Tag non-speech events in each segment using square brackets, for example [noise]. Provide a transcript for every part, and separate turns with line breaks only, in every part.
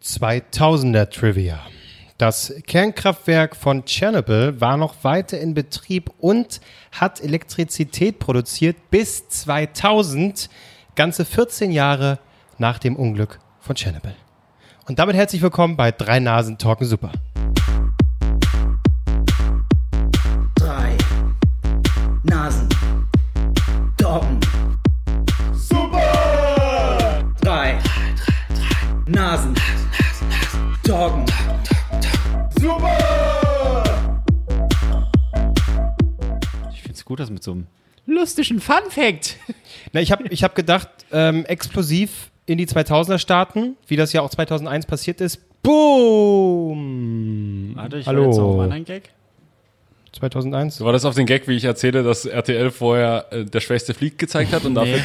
2000er Trivia. Das Kernkraftwerk von Tschernobyl war noch weiter in Betrieb und hat Elektrizität produziert bis 2000, ganze 14 Jahre nach dem Unglück von Tschernobyl. Und damit herzlich willkommen bei Drei Nasen Talken Super.
drei Nasen. Doggen. Super! Drei Nasen. Doggen.
Ich find's gut, dass mit so einem lustigen Fun Fact.
Na, ich habe ich hab gedacht, ähm, explosiv in die 2000er starten, wie das ja auch 2001 passiert ist. Boom!
Warte, ich
Hallo.
Hallo. jetzt auf einen anderen Gag.
2001?
So war das auf den Gag, wie ich erzähle, dass RTL vorher äh, der schwächste Flieg gezeigt hat und dafür.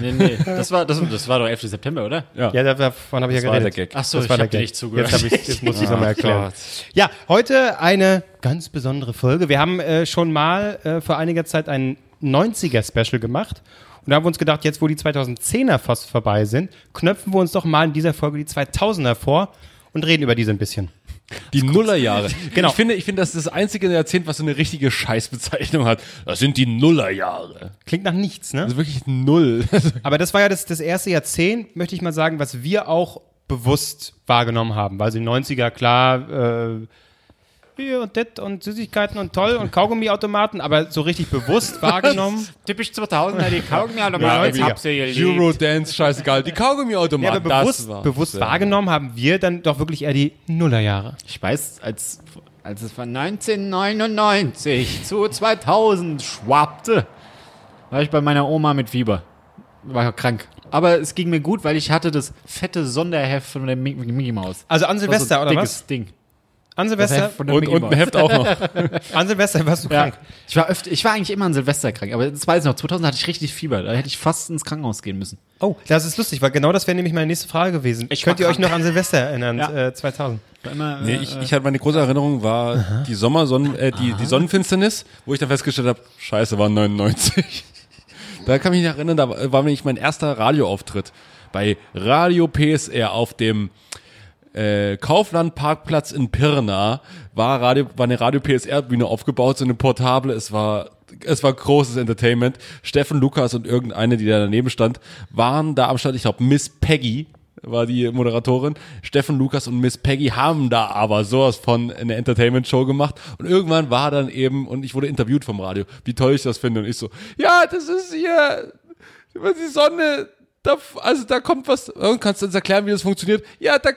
Nee, [laughs] nee, nee. Das war, das, das war doch 11. September, oder?
Ja, da- davon habe ich
Das
ja
war
geredet.
der Gag.
Ach so,
Das
ich
war der
hab dir
Gag.
nicht zugehört.
Jetzt, hab ich, jetzt muss ich es [laughs] nochmal erklären.
Gott.
Oh Ja, heute eine ganz besondere Folge. Wir haben äh, schon mal äh, vor einiger Zeit ein 90er-Special gemacht. Und da haben wir uns gedacht, jetzt wo die 2010er fast vorbei sind, knöpfen wir uns doch mal in dieser Folge die 2000er vor und reden über diese ein bisschen.
Die [laughs] Nullerjahre.
Genau.
Ich finde, ich finde, das ist das einzige Jahrzehnt, was so eine richtige Scheißbezeichnung hat. Das sind die Nullerjahre.
Klingt nach nichts, ne?
Also wirklich [laughs] null.
Aber das war ja das, das erste Jahrzehnt, möchte ich mal sagen, was wir auch bewusst wahrgenommen haben. Weil also die 90er, klar, äh, hier und das und Süßigkeiten und toll und Kaugummiautomaten, aber so richtig
[laughs]
bewusst wahrgenommen.
Typisch 2000er, die kaufen ja
Ja,
nochmal. Jetzt
irgendwie.
habt ihr geliebt.
Eurodance, scheißegal. Die
Ja,
Kaugummiautomaten.
aber bewusst, bewusst wahrgenommen haben wir dann doch wirklich eher die Nullerjahre.
Ich weiß, als, als es von 1999 zu 2000 schwappte, war ich bei meiner Oma mit Fieber. War krank. Aber es ging mir gut, weil ich hatte das fette Sonderheft von der Mi- Mickey Maus.
Also an
Das war
Silvester,
so ein
oder
dickes
was?
Ding.
An
Das
Silvester,
Heft von der
Und,
Mickey
und
Maus.
ein Heft auch noch.
an Silvester warst du krank.
Ja. Ich war öfter, ich war eigentlich immer an Silvester krank, aber das weiß ich noch. 2000 hatte ich richtig Fieber, da hätte ich fast ins Krankenhaus gehen müssen.
Oh, das ist lustig, weil genau das wäre nämlich meine nächste Frage gewesen.
Ich
Könnt
war
ihr euch
krank.
noch an Silvester erinnern,
Ja.
äh, 2000?
War immer,
[laughs] Nee,
äh,
ich, ich hatte meine große Erinnerung war die Sommersonnen, äh, die, die Sonnenfinsternis, wo ich dann festgestellt habe, scheiße, war 99. [laughs] da kann ich mich noch erinnern, da war nämlich mein erster Radioauftritt bei Radio PSR auf dem äh, Kaufland-Parkplatz in Pirna war, Radio, war eine Radio-PSR-Bühne aufgebaut, so eine portable, es war, es war großes Entertainment. Steffen, Lukas und irgendeine, die da daneben stand, waren da am Start, ich glaube Miss Peggy war die Moderatorin. Steffen, Lukas und Miss Peggy haben da aber sowas von eine Entertainment-Show gemacht und irgendwann war dann eben, und ich wurde interviewt vom Radio, wie toll ich das finde und ich so, ja, das ist hier über die Sonne, da, also da kommt was, und kannst du uns erklären, wie das funktioniert? Ja, da,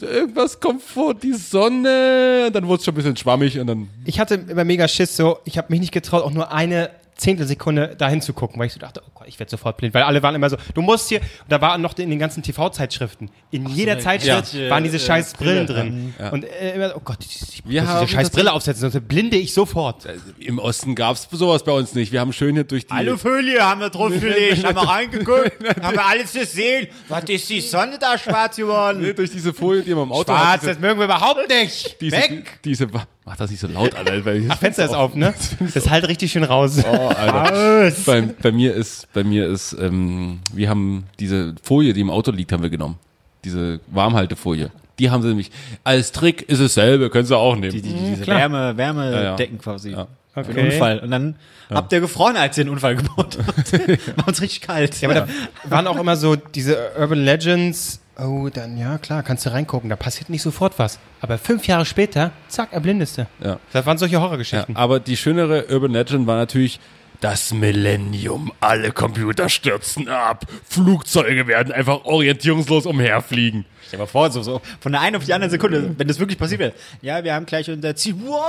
irgendwas kommt vor die Sonne, und dann wurde es schon ein bisschen schwammig und dann,
Ich hatte immer mega Schiss, so ich habe mich nicht getraut, auch nur eine Zehntelsekunde dahin zu gucken, weil ich so dachte, oh Gott, ich werde sofort blind, weil alle waren immer so, du musst hier, und da waren noch in den ganzen TV-Zeitschriften, in jeder Zeitschrift
ja.
waren diese
äh,
scheiß Brillen
Brille
drin. Und äh, immer, so, oh Gott, ich
Wir
muss diese
haben
scheiß
tatsächlich-
Brille aufsetzen, sonst blinde ich sofort.
äh, im Osten gab's sowas bei uns nicht, wir haben schön hier durch die,
Alufolie haben wir draufgelegt, haben wir [laughs] reingeguckt, haben wir alles gesehen. Was ist die Sonne da schwarz geworden?
[laughs] durch diese Folie, die man im Auto
Schwarz,
hat,
das mögen wir überhaupt nicht.
Also diese, diese,
Weg!
diese, mach das nicht so laut, Alter, weil
Ach, Fenster ist Ah. auf, ne? Das halt richtig schön raus.
Oh, Alter. bei, bei mir ist, bei mir ist, ähm, wir haben diese Folie, die im Auto liegt, haben wir genommen. Diese Warmhaltefolie. Die haben sie nämlich. Als Trick ist dasselbe, können sie auch nehmen.
Die, die, diese
klar.
Wärme,
ja.
Wärmedecken quasi.
Ja.
Für
Okay.
Den Unfall. Und dann habt ihr gefroren, als ihr den Unfall gebaut [laughs] habt. War uns richtig kalt.
Ja, aber da waren auch immer so diese Urban Legends. Oh, dann ja, klar, kannst du reingucken. Da passiert nicht sofort was. Aber fünf Jahre später, zack, erblindest du.
Ja.
Das waren solche
Ja,
Horrorgeschichten.
aber die schönere Urban Legend war natürlich das Millennium. Alle Computer stürzen ab. Flugzeuge werden einfach orientierungslos umherfliegen.
Stell dir mal vor, so, so von der einen auf die andere Sekunde, wenn das wirklich passiert wäre. Ja, wir haben gleich unser Ziel. [laughs] Wow!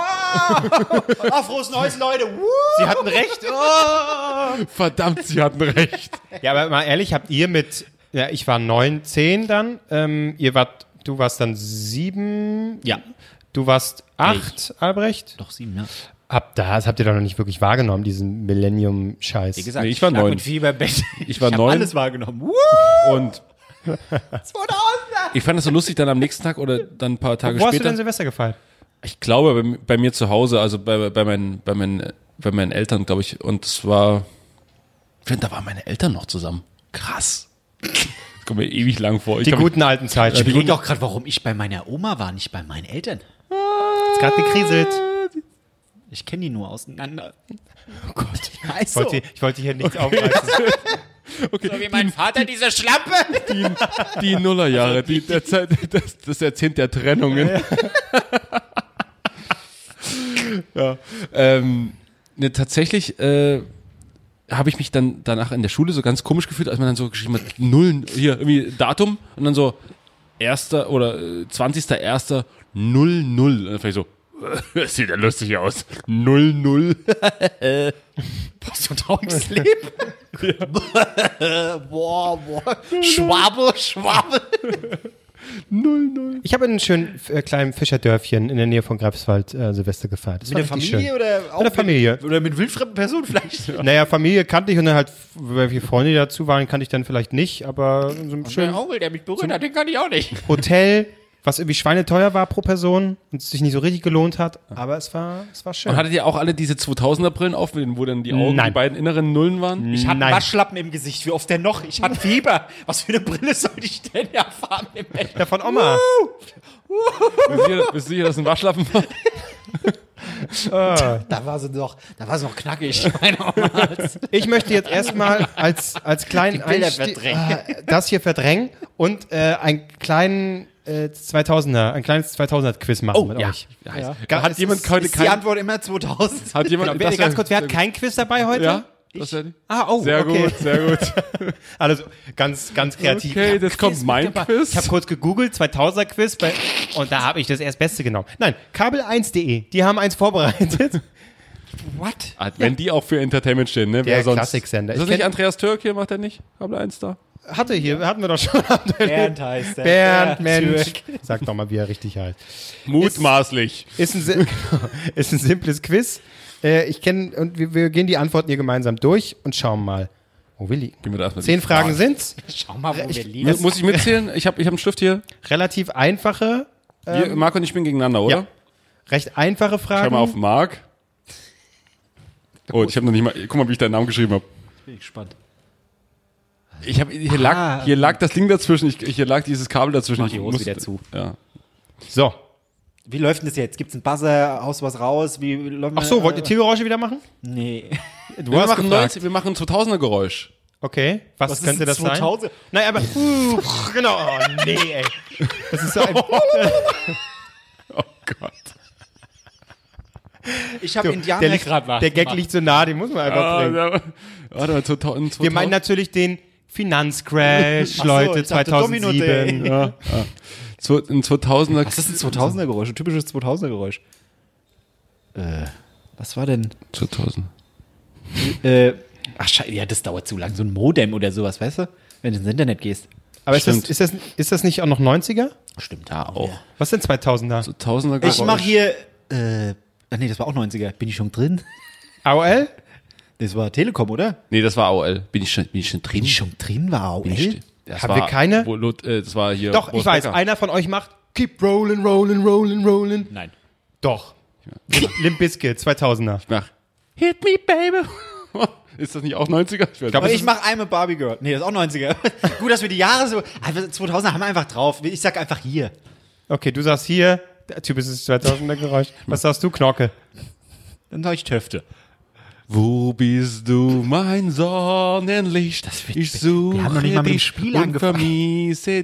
Auf frohes Neues, Leute! Wow!
Sie hatten recht. Oh.
Verdammt, sie hatten recht.
[laughs] Ja, aber mal ehrlich, habt ihr mit, ja, ich war neun, zehn dann, ähm, ihr wart, du warst dann sieben,
Ja.
du warst acht, Albrecht.
Doch sieben, ja.
Habt das habt ihr doch noch nicht wirklich wahrgenommen, diesen Millennium-Scheiß.
Wie gesagt,
Nee, ich war
lag
neun.
Mit Fieberbett.
[laughs] Ich war
ich
neun.
Hab alles wahrgenommen. Wow!
Und ich fand das so lustig, dann am nächsten Tag oder dann ein paar Tage
Wo hast du
später.
denn Silvester gefallen?
Ich glaube, bei, bei mir zu Hause, also bei, bei, meinen, bei, meinen, bei meinen Eltern, glaube ich. Und es war. Ich finde, da waren meine Eltern noch zusammen. Krass. [laughs] Das kommt mir ewig lang vor. Ich
Die
kann
guten alten Zeiten.
Ich überlege auch gerade, warum ich bei meiner Oma war, nicht bei meinen Eltern.
Hat's gerade gekriselt.
Ich kenne die nur auseinander.
Oh Gott. Ich
[laughs] Also,
wollte, ich wollte hier nichts aufreißen.
so wie mein Vater, diese Schlampe.
die, die Nullerjahre, die, der Zeit, das, das Jahrzehnt der Trennungen. [laughs] Ja. Ähm, ne, tatsächlich äh, habe ich mich dann danach in der Schule so ganz komisch gefühlt, als man dann so geschrieben hat, Nullen, hier irgendwie Datum und dann so erster oder äh, 20.01. 00. Und dann vielleicht so, [laughs] das sieht ja lustig aus. 00.
Post und
[laughs]
Augensleben. [laughs] boah, boah. Schwabel, Schwabel.
00.
Ich habe in einem schönen äh, kleinen Fischerdörfchen in der Nähe von Greifswald äh, Silvester gefeiert. Das
Mit der
war richtig
Familie oder auch
der Familie.
Mit, oder mit wildfremden Personen vielleicht?
Schön. Naja, Familie kannte ich und dann halt, welche Freunde die dazu waren, kannte ich dann vielleicht nicht, aber in so einem schönen
Onkel, der mich berührt hat, den kann ich auch nicht.
Hotel, was irgendwie schweineteuer war pro Person und es sich nicht so richtig gelohnt hat, aber es war, es war schön.
Und hattet ihr auch alle diese 2000er Brillen auf, wo dann die Augen, die
Nein.
beiden inneren Nullen waren?
Ich hatte
Nein.
Waschlappen im Gesicht, wie oft denn noch? Ich hatte Fieber. Was für eine Brille sollte ich denn erfahren im Bett?
Ja, von Oma.
Bist du sicher, bist du sicher, dass ein Waschlappen war?
Da war sie noch, da war sie noch knackig. [laughs] Meine Oma.
Ich möchte jetzt erstmal als, als kleinen
Die Bilder
Einstieg-
verdrängen.
äh, das hier verdrängen und äh, einen kleinen äh, 2000er, ein kleines 2000er Quiz machen
Oh,
mit euch.
Ja.
Ga-
Hat
es
jemand
ist-
heute
Ist die
kein...
Antwort immer 2000?
Hat jemand...
Wer-
das
Genau, ganz
wär-
kurz, wer hat kein Quiz dabei heute?
Ja? Das wär die-
Ah, oh,
sehr
okay.
gut, sehr
[laughs]
gut.
Also ganz, ganz kreativ.
Okay,
Ich hab
jetzt kommt
mit
mein
dabei.
Quiz.
Ich habe kurz gegoogelt, 2000er Quiz, bei, und da habe ich das erst Beste genommen. Nein, kabel1.de, die haben eins vorbereitet.
What?
Ah, Wenn die auch für Entertainment stehen, ne?
Der
wer sonst?
Klassiksender.
Ist das
Ich
nicht
kenn-
Andreas Türk hier? Macht er nicht? Kabel 1 da?
[laughs] Hatte hier, hatten wir doch schon.
Bernd heißt der.
Bernd, Mensch. Sag doch mal, wie er richtig heißt.
Mutmaßlich.
Ist ein, si- [laughs] genau, ist ein simples Quiz. Äh, ich kenne, und wir, wir gehen die Antworten hier gemeinsam durch und schauen mal, wo wir liegen.
Gehen wir da erstmal
Zehn
die
Fragen sind's.
Schau mal, wo wir liegen.
Mu- Muss ich mitzählen? Ich habe ich hab einen Stift hier.
Relativ einfache,
Wir, Marc und ich spielen gegeneinander, oder?
Ähm, ja. recht einfache Fragen.
Schau mal auf Marc. Oh, ich habe noch nicht mal... Guck mal, wie ich deinen Namen geschrieben habe.
Bin ich gespannt.
Ich hab, hier, lag,
Ah.
hier lag das Ding dazwischen, ich, hier lag dieses Kabel dazwischen.
Mach
ich
die Hose
muss-
wieder zu.
Ja.
So.
Wie läuft denn das jetzt? Gibt's einen Buzzer, aus was raus? Wie läuft Äh,
Ach so, wollt ihr Tiergeräusche wieder machen?
Nee.
Du
Wir,
hast
machen
gefragt.
90, wir machen ein 2000er Geräusch.
Okay, was,
Was ist
könnte
ein
das
2000?
sein? Nein, aber uh, genau. Oh nee, ey. Das ist so
[laughs]
ein,
Oh Gott.
Ich habe Indianer
der, liegt,
grad
der Gag liegt so nah, den muss man einfach
Ah,
bringen.
da- Warte mal, 2000.
Wir meinen natürlich den Finanzcrash,
Ach so,
Leute,
ich dachte Domino
2007.
Day.
Ja, ja. Zwo- Ein 2000er.
Was ist ein 2000er Geräusch? Ein typisches 2000er Geräusch. Äh, was war denn?
2000.
Äh, ach scheiße, ja, das dauert zu lang. So ein Modem oder sowas, weißt du? Wenn du ins Internet gehst.
Aber ist das,
Stimmt.
ist, das, ist das nicht auch noch 90er?
Stimmt da
Oh,
auch.
Was sind 2000er?
2000er Geräusch.
Ich mache hier. Äh, ach nee, das war auch 90er. Bin ich schon drin?
AOL?
Das war Telekom, oder?
Nee, das war AOL. Bin ich schon, bin ich schon drin?
Bin ich schon drin? War AOL?
Bin ich schon- das
Haben
war-
wir keine?
Wo, Lot- äh, das war hier.
Doch, ich
Boris
weiß,
Becker.
einer von euch macht Keep rolling, rolling, rolling, rolling.
Nein.
Doch. Limp Bizkit, 2000er.
Mach. Hit me, baby. [laughs] ist das nicht auch 90er? Ich
glaub,
glaube,
Aber
es
ich mache I'm a Barbie Girl. Nee, das ist auch 90er. [laughs] Gut, dass wir die Jahre so. Also 2000er haben wir einfach drauf. Ich sag einfach hier.
Okay, du sagst hier, der Typ ist das 2000er Geräusch. Was sagst du, Knorke?
Dann sag ich Töfte.
Wo bist du, mein Sonnenlicht? Das ich suche
haben noch nicht mal mit dem
dich
Spiel
und
angefangen.
vermisse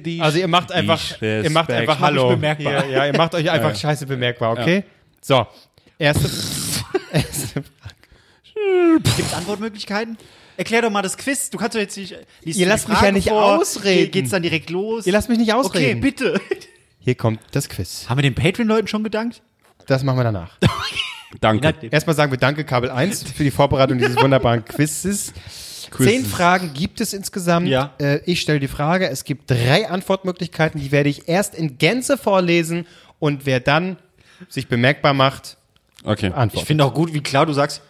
[laughs]
dich.
Also ihr macht einfach,
Ich
ihr macht
respekt.
einfach
Mach mich
Hallo.
bemerkbar.
Ihr, ja, ihr macht euch einfach scheiße bemerkbar, okay? So, erste, [laughs] erste
Gibt's Antwortmöglichkeiten? Erklär doch mal das Quiz. Du kannst doch jetzt nicht. liest
Ihr
die
lasst mich
Frage
ja nicht
vor,
ausreden.
Ge- Geht's dann direkt los?
Ihr lasst mich nicht
Okay,
ausreden.
bitte.
Hier kommt das Quiz.
Haben wir den Patreon-Leuten schon gedankt?
Das machen wir danach.
Danke.
Erstmal sagen wir danke Kabel 1 für die Vorbereitung dieses wunderbaren Quizzes. Zehn Fragen gibt es insgesamt.
Ja.
Äh, ich stelle die Frage. Es gibt drei Antwortmöglichkeiten. Die werde ich erst in Gänze vorlesen. Und wer dann sich bemerkbar macht,
Okay.
antwortet.
Ich finde auch gut, wie klar du sagst,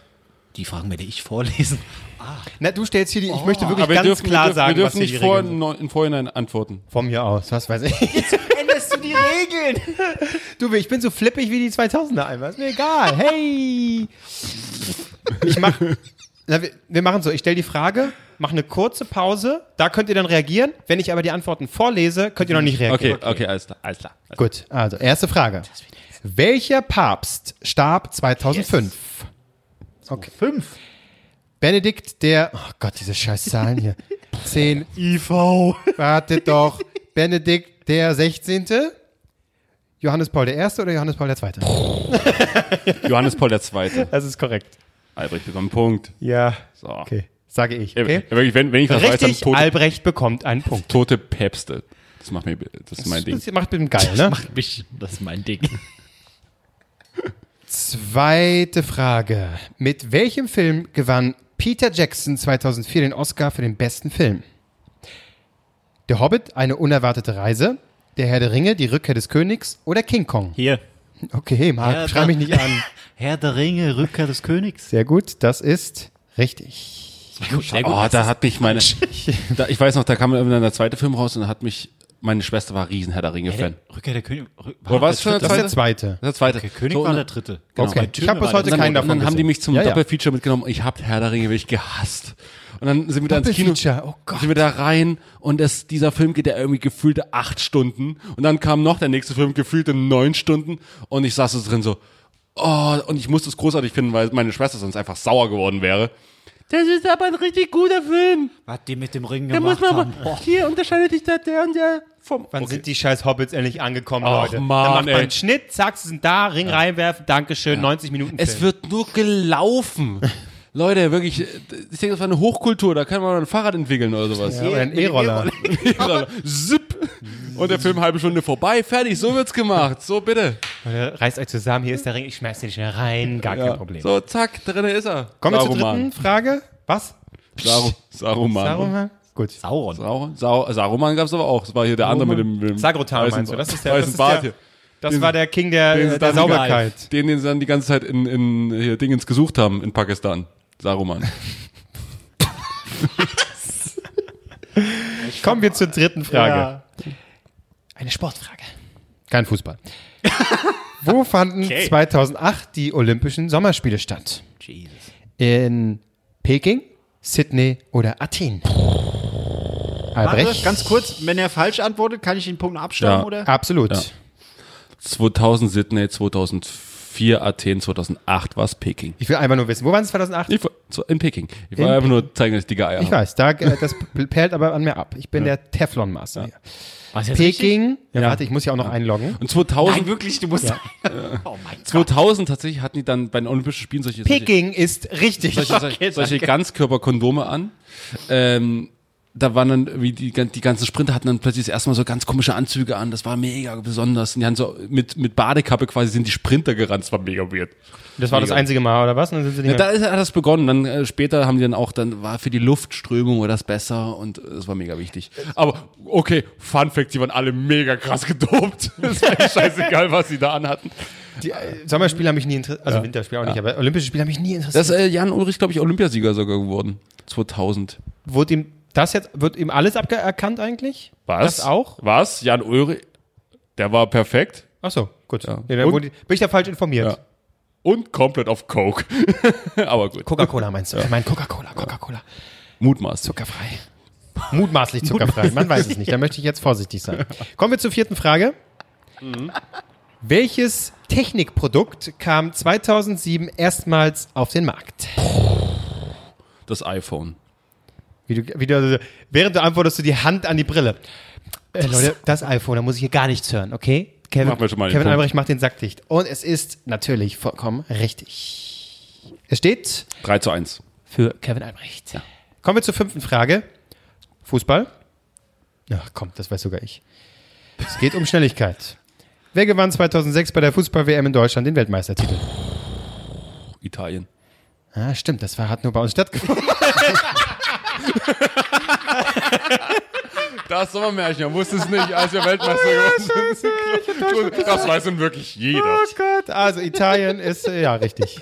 die Fragen werde ich vorlesen.
[laughs] Na, du stellst hier die. Ich möchte wirklich
Oh. Aber wir
ganz
dürfen,
klar
wir dürfen,
sagen,
wir
was
dürfen
hier die
nicht vor,
Regeln sind.
in, im Vorhinein antworten.
Von mir aus, was weiß ich.
Änderst du die Regeln?
Du, ich bin so flippig wie die 2000er einmal. Ist mir egal. Hey! Ich mach. Na, wir, wir machen so. Ich stelle die Frage mache eine kurze Pause, da könnt ihr dann reagieren. Wenn ich aber die Antworten vorlese, könnt ihr noch nicht reagieren.
Okay, okay, alles klar. Alles klar.
Gut, also erste Frage. Welcher Papst starb 2005?
Okay. Fünf.
Benedikt der. Oh Gott, diese scheiß Zahlen hier. 10 IV.
[laughs]
Wartet doch. Benedikt der 16. Johannes Paul I. oder Johannes Paul II.?
Johannes Paul II.
Das ist korrekt.
Albrecht bekommt einen Punkt.
Ja.
So.
Okay. Sage ich. Okay.
Wenn- Wenn, wenn ich das weiß,
Richtig,
dann tote,
Albrecht bekommt einen Punkt.
tote Päpste. Das macht mir, das ist mein Ding.
Das macht mit dem geil, ne?
Macht mich, das ist mein Ding.
Zweite Frage. Mit welchem Film gewann Peter Jackson 2004 den Oscar für den besten Film? Der Hobbit, eine unerwartete Reise, Der Herr der Ringe, die Rückkehr des Königs oder King Kong?
Hier.
Okay, Marc,
Ja,
Ah, schrei
da-
mich nicht an.
[laughs] Herr der Ringe, Rückkehr des Königs.
Sehr gut, das ist [laughs] richtig.
Sehr
Oh,
Ah,
da hat mich meine. da, ich weiß noch, da kam dann der zweite Film raus und da hat mich. Meine Schwester war riesen Herr der Ringe-Fan.
Rückkehr der König. Rück-
Oder war es schon der
Das ist
zweite?
der zweite.
Das ist der zweite.
Der König
So,
war
und-
der dritte.
ne?
Genau,
Okay. Ich habe bis
Türme war
heute
dann,
keinen
und
davon
dann haben
gesehen.
die mich zum
Ja, ja.
Doppelfeature mitgenommen. Ich hab Herr der Ringe wirklich gehasst. Und dann sind wir da ins Kino.
Doppelfeature, oh Gott.
Sind wir da rein und das, dieser Film geht ja irgendwie gefühlte acht Stunden. Und dann kam noch der nächste Film, gefühlte neun Stunden. Und ich saß so drin so, oh, und ich musste es großartig finden, weil meine Schwester sonst einfach sauer geworden wäre. Das ist aber ein richtig guter Film.
Was die mit dem Ring
Da muss
gemacht haben.
man aber, hier unterscheidet sich da der und der vom,
Wann sind die scheiß Hobbits endlich angekommen,
Ach,
Leute?
Mann,
Dann macht man
ey.
einen Schnitt, zack, sie sind da, Ring reinwerfen, Dankeschön, 90 Minuten.
Es
Film.
wird nur
[laughs]
gelaufen. Leute, wirklich, ich denke, das war eine Hochkultur, da kann man ein Fahrrad entwickeln oder sowas.
aber ein E-Roller.
[laughs] Zip. Und der Film halbe Stunde vorbei, fertig, so wird's gemacht. So bitte.
Leute, Reißt euch zusammen, hier ist der Ring, ich schmeiß den schnell rein, gar kein Problem.
So, zack, drinnen ist er.
Kommen wir zur dritten Frage. Was?
Saru- Saruman.
Saruman? Gut.
Sauron.
Saru- Sau- Saruman gab's aber auch. Das war hier der andere mit dem, mit dem
Sagrotan
weißen
meinst du?
Bart.
Das ist der- das
weißen
ist
Bart
der-
hier.
Das war der King der, der
dann
Sauberkeit.
Den, den sie dann die ganze Zeit in, in hier, Dingens gesucht haben in Pakistan. Saruman. [laughs]
Kommen wir zur dritten Frage.
Ja.
Eine Sportfrage. Kein Fußball. [laughs] Wo fanden
Okay.
2008 die Olympischen Sommerspiele statt?
Oh, Jesus.
In Peking, Sydney oder Athen? Albrecht?
Warte, Also, ganz kurz, wenn er falsch antwortet, kann ich den Punkt abstauben,
Ja.
oder?
Absolut.
2000 Sydney, 2004 Athen, 2008 war's Peking.
Ich will einfach nur wissen, wo waren es 2008?
Ich war, so, in Peking. Ich
In
wollte einfach nur zeigen, dass ich dicke Eier
Ich
habe.
weiß, da, äh, [laughs] das perlt aber an mir ab. Ich bin der Teflon-Master. hier.
Was jetzt
Peking, ja, warte, ich muss ja auch noch einloggen.
Und 2000,
Nein, wirklich, du musst. [laughs] Oh mein Gott.
2000 tatsächlich hatten die dann bei den Olympischen Spielen solche, solche,
Peking ist richtig.
solche, solche, solche Ganzkörperkondome an. Ähm, da waren dann, wie die, gan- die ganzen Sprinter hatten dann plötzlich das erste Mal so ganz komische Anzüge an. Das war mega besonders. Und die haben so mit, mit Badekappe quasi sind die Sprinter gerannt. Das war mega weird.
Das war das einzige Mal, oder was? Und dann sind sie nicht
Ja, da ist, hat das begonnen. Dann äh, später haben die dann auch, dann war für die Luftströmung war das besser und äh, das war mega wichtig. Aber okay, Fun Fact, die waren alle mega krass gedopt. [laughs] Es war eigentlich scheißegal, was sie da anhatten.
Die äh, Sommerspiele haben mich nie interessiert, also Winterspiele auch nicht, aber Olympische Spiele haben mich nie interessiert.
Das ist äh, Jan Ulrich, glaube ich, Olympiasieger sogar geworden. 2000.
wurde ihm das jetzt wird ihm alles aberkannt eigentlich? Das auch?
Was? Jan Ulrich, der war perfekt
Ach so, gut.
Ja.
Nee, dann
Und-
wurde, bin ich da falsch informiert?
Ja. und komplett auf Coke. [laughs] Aber gut.
Coca-Cola meinst du? Ich meine Coca-Cola, Coca-Cola,
Mutmaß.
zuckerfrei. Mutmaßlich zuckerfrei, man weiß es nicht. Da möchte ich jetzt vorsichtig sein. Kommen wir zur vierten Frage. Welches Technikprodukt kam 2007 erstmals auf den Markt?
Das iPhone.
Wie du, wie du, während du antwortest, du die Hand an die Brille. Äh, Leute, das iPhone, da muss ich hier gar nichts hören, okay? Kevin,
Mach mir schon mal den
Kevin
Punkt.
Albrecht macht den Sack dicht. Und es ist natürlich vollkommen richtig. Es steht
3 zu 1.
für Kevin Albrecht. Kommen wir zur fünften Frage. Fußball? Ach komm, das weiß sogar ich. Es geht um Schnelligkeit. Wer gewann 2006 bei der Fußball-WM in Deutschland den Weltmeistertitel?
Italien.
Ah, stimmt, das war, hat nur bei uns stattgefunden.
Das Sommermärchen, er wusste es nicht, als wir Weltmeister
[laughs]
geworden sind. Das weiß nun wirklich jeder.
Oh Gott, also Italien ist, äh, ja, richtig.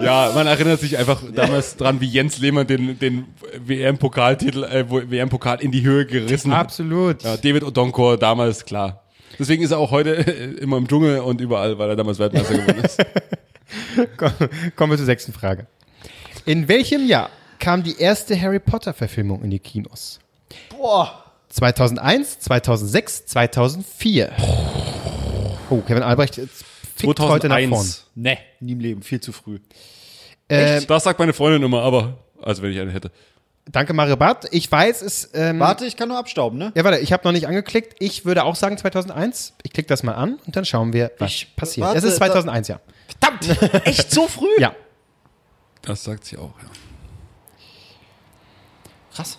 Ja, man erinnert sich einfach damals dran, wie Jens Lehmann den, den WM-Pokaltitel, äh, wo- WM-Pokal in die Höhe gerissen hat.
Absolut.
Ja, David Odonkor [laughs]
[laughs]
damals, klar. Deswegen ist er auch heute äh, immer im Dschungel und überall, weil er damals Weltmeister geworden ist.
Komm- Kommen wir zur sechsten Frage. In welchem Jahr kam die erste Harry Potter-Verfilmung in die Kinos?
Boah.
2001, 2006, 2004. Oh, Kevin Albrecht jetzt fickt heute nach vorn.
2001.
Nee, nie im Leben, viel zu früh.
Ähm,
Das sagt meine Freundin immer, aber, also wenn ich eine hätte.
danke, Mario Barth. Ich weiß, es. Ähm,
Warte, ich kann nur abstauben, ne?
Ja, warte, ich habe noch nicht angeklickt. Ich würde auch sagen 2001. Ich klicke das mal an und dann schauen wir, was passiert.
warte,
es ist
da-
2001, ja.
Verdammt! Echt so früh?
Ja.
Das sagt sie auch, ja.
Krass.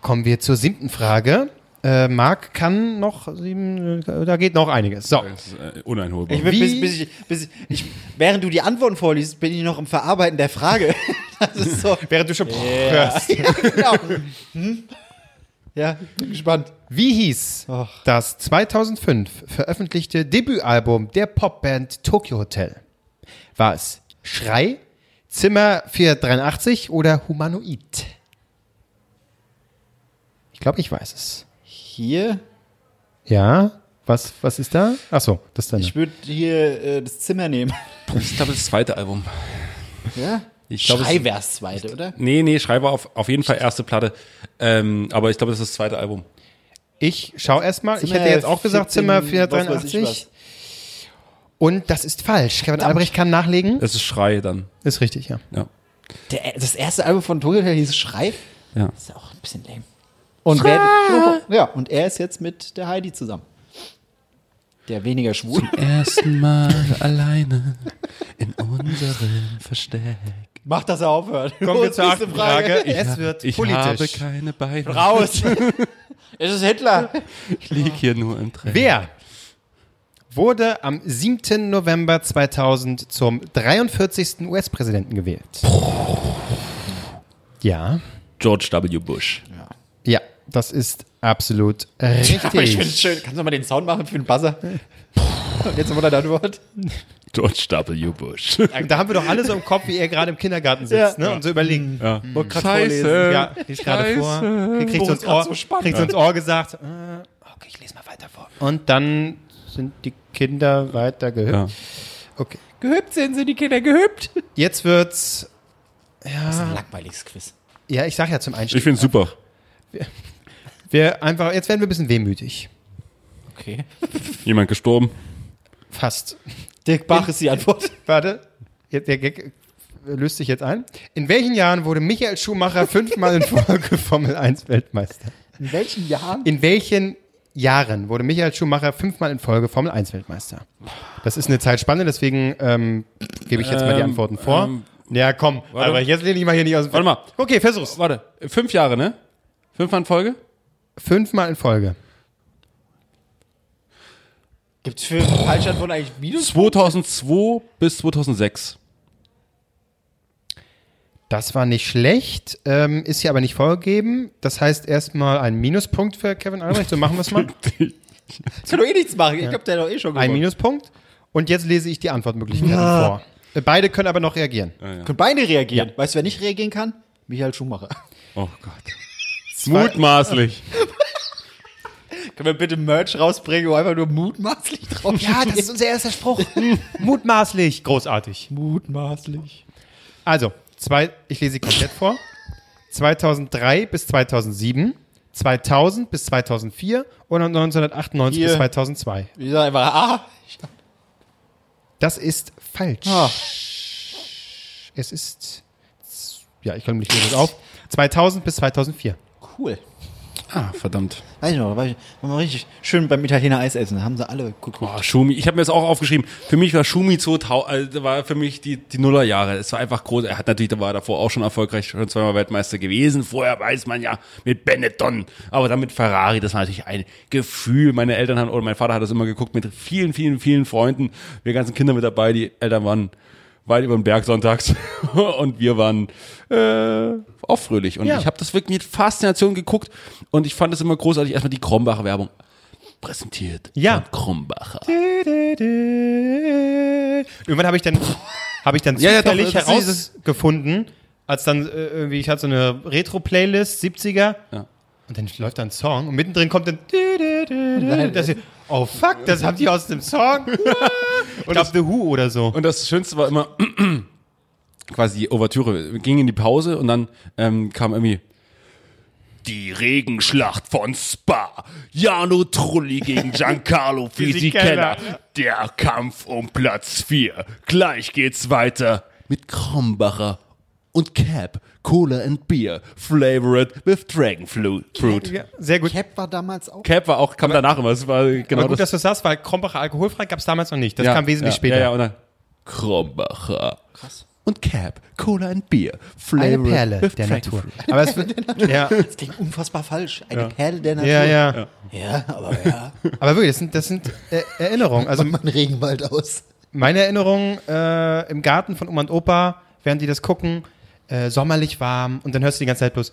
Kommen wir zur siebten Frage. Äh, Marc kann noch sieben, äh, da geht noch einiges. So.
Das ist äh, uneinholbar.
Ich bin,
Wie-
bis, bis ich, bis ich, ich, während du die Antworten vorliest, bin ich noch im Verarbeiten der Frage. [laughs] Das ist so.
Während du schon hörst.
ja, genau. hm? ja, bin gespannt.
Wie hieß
Ach.
das 2005 veröffentlichte Debütalbum der Popband Tokyo Hotel? War es Schrei, Zimmer 483 oder Humanoid? Ich glaube, ich weiß es.
Hier,
Ja, was, was ist da? Achso, das ist deine.
ich würde hier äh, das Zimmer nehmen.
Ich glaube, das zweite Album.
Ja?
Ich glaube,
Schrei
es-
wär's zweite, oder?
Nee, nee, Schreiber auf, auf jeden Fall erste Platte. Ähm, aber ich glaube, das ist das zweite Album.
Ich schau erstmal. Ich
Zimmer
hätte jetzt auch gesagt
14,
Zimmer
was weiß
483.
ich was.
Und das ist falsch. Kevin Albrecht kann nachlegen.
Es ist Schrei dann.
Ist richtig, ja.
Ja.
Der, das erste Album von Tokyo Hotel hieß Schrei.
ja.
Ist ja auch ein bisschen lame. Und, wer, ja, und er ist jetzt mit der Heidi zusammen. Der weniger schwul.
Ersten Mal alleine in unserem Versteck.
Macht, dass er aufhört. Nächste
Es wird
Ich habe
politisch.
keine Beine.
Raus. [laughs] es ist Hitler.
Ich lieg hier nur im Dreck.
Wer wurde am 7. November 2000 zum 43. US-Präsidenten gewählt? Ja.
George W. Bush.
Ja, das ist absolut
Aber ich finde
richtig.
es schön. Kannst du mal den Sound machen für den Buzzer? [laughs] Und jetzt nochmal deine Antwort.
George W. Bush.
Da haben wir doch alle so im Kopf, wie er gerade im Kindergarten sitzt
Ja.
ne? und so überlegen.
Hm.
Ja.
grad
Scheiße.
vorlesen.
Ja, lies gerade vor. Kriegst
Boah,
du
ist
ins
grad
Ohr,
so spannend.
kriegst du ins Ohr gesagt. Äh, okay, ich lese mal weiter vor. Und dann sind die Kinder weiter
Ja.
gehüpft. Okay.
Gehübt sind sie, die Kinder gehübt.
Jetzt wird's.
Das ist ein langweiliges Quiz.
Ja, ich sag ja zum
Ich
Einstieg.
finde super.
Wir einfach, jetzt werden wir ein bisschen wehmütig.
Okay.
Jemand gestorben.
Fast.
Dirk Bach ist die Antwort.
Warte. Jetzt, der Gag äh, löst sich jetzt ein. In welchen Jahren wurde Michael Schumacher fünfmal in Folge [laughs] Formel 1 Weltmeister?
In welchen Jahren?
In welchen Jahren wurde Michael Schumacher fünfmal in Folge Formel 1 Weltmeister? Das ist eine Zeitspanne, deswegen ähm, gebe ich jetzt mal die
Ähm,
Antworten vor.
ähm,
ja, komm,
warte.
aber jetzt lehne ich mal hier nicht aus dem
Warte mal.
Okay, versuch's.
Warte, fünf Jahre, ne? Fünfmal in Folge?
Fünfmal in Folge.
Gibt es für falsche Antworten eigentlich Minus?
2002 bis 2006.
Das war nicht schlecht, ähm, ist hier aber nicht vorgegeben. Das heißt erstmal ein Minuspunkt für Kevin Albrecht, so machen wir es mal.
Das kann doch eh nichts machen. Ich glaube, der hat doch eh schon
Ein
gewonnen.
Minuspunkt. Und jetzt lese ich die Antwortmöglichkeiten
Ja.
vor. Äh, Beide können aber noch reagieren.
Können beide reagieren. Weißt du, wer nicht reagieren kann? Michael Schumacher.
Oh Gott. Mutmaßlich.
[laughs] Können wir bitte Merch rausbringen, wo einfach nur mutmaßlich drauf
Ja, Ah, das ist unser erster Spruch. Mutmaßlich. Großartig.
[laughs] mutmaßlich.
Also, zwei, ich lese sie komplett vor. 2003 bis 2007, 2000 bis 2004 und 1998
Hier.
bis 2002.
Ich sag einfach, ah,
Das ist falsch.
Ah.
Es ist, ja, ich komme nicht mehr auf, 2000 bis 2004.
cool.
Ah, verdammt.
Weiß ich noch, da war ich war mal richtig schön beim Italiener Eis essen. Da haben sie alle geguckt.
Oh, Schumi. Ich habe mir das auch aufgeschrieben. Für mich war Schumi 2000, äh, war für mich die, die Nullerjahre. Es war einfach groß. Er hat natürlich, da war er davor auch schon erfolgreich, schon zweimal Weltmeister gewesen. Vorher weiß man ja mit Benetton. Aber dann mit Ferrari, das war natürlich ein Gefühl. Meine Eltern haben, oder mein Vater hat das immer geguckt mit vielen, vielen, vielen Freunden. Wir ganzen Kinder mit dabei. Die Eltern waren weit über den Berg sonntags [laughs] und wir waren äh, auch fröhlich. Und
Ja.
ich habe das wirklich mit Faszination geguckt und ich fand das immer großartig. Erstmal die Krombacher Werbung. Präsentiert
Ja.
von Krombacher.
Irgendwann habe ich dann, habe ich dann
Ja, ja, doch, äh,
zufällig
das ist dieses-
herausgefunden, als dann äh, irgendwie, ich hatte so eine Retro-Playlist, 70er.
Ja.
Und dann läuft da ein Song und
[laughs]
mittendrin kommt dann. Das hier, oh fuck, das habt ihr aus dem Song. Und Ich glaube, The Who oder so.
Und das Schönste war immer [clears throat] quasi die Ouvertüre. Wir gingen in die Pause und dann ähm, kam irgendwie die Regenschlacht von Spa. Jano Trulli gegen [laughs] Giancarlo Fisichella. Der Kampf um Platz 4. Gleich geht's weiter mit Krombacher und Cap, Cola and Beer, flavored with Dragon Flu- Fruit.
Ja, sehr gut.
Cap war damals auch.
Cap war auch, kam danach immer. Es war genau
Aber gut,
das.
dass du sagst, weil Krombacher alkoholfrei gab es damals noch nicht. Das
Ja,
kam wesentlich
ja,
später.
Ja, ja, und dann Krombacher. Krass. Und Cap, Cola and Beer, flavored with Dragon Fruit.
Aber es
[laughs]
wird, ja,
Das klingt unfassbar falsch. Eine Perle der Natur.
ja, ja.
ja aber
[laughs]
ja.
Aber wirklich, das sind, das sind äh, Erinnerungen. Also
[laughs]
Also man Regenwald aus.
meine Erinnerungen äh, im Garten von Oma und Opa, während die das gucken, äh, sommerlich warm und dann hörst du die ganze Zeit bloß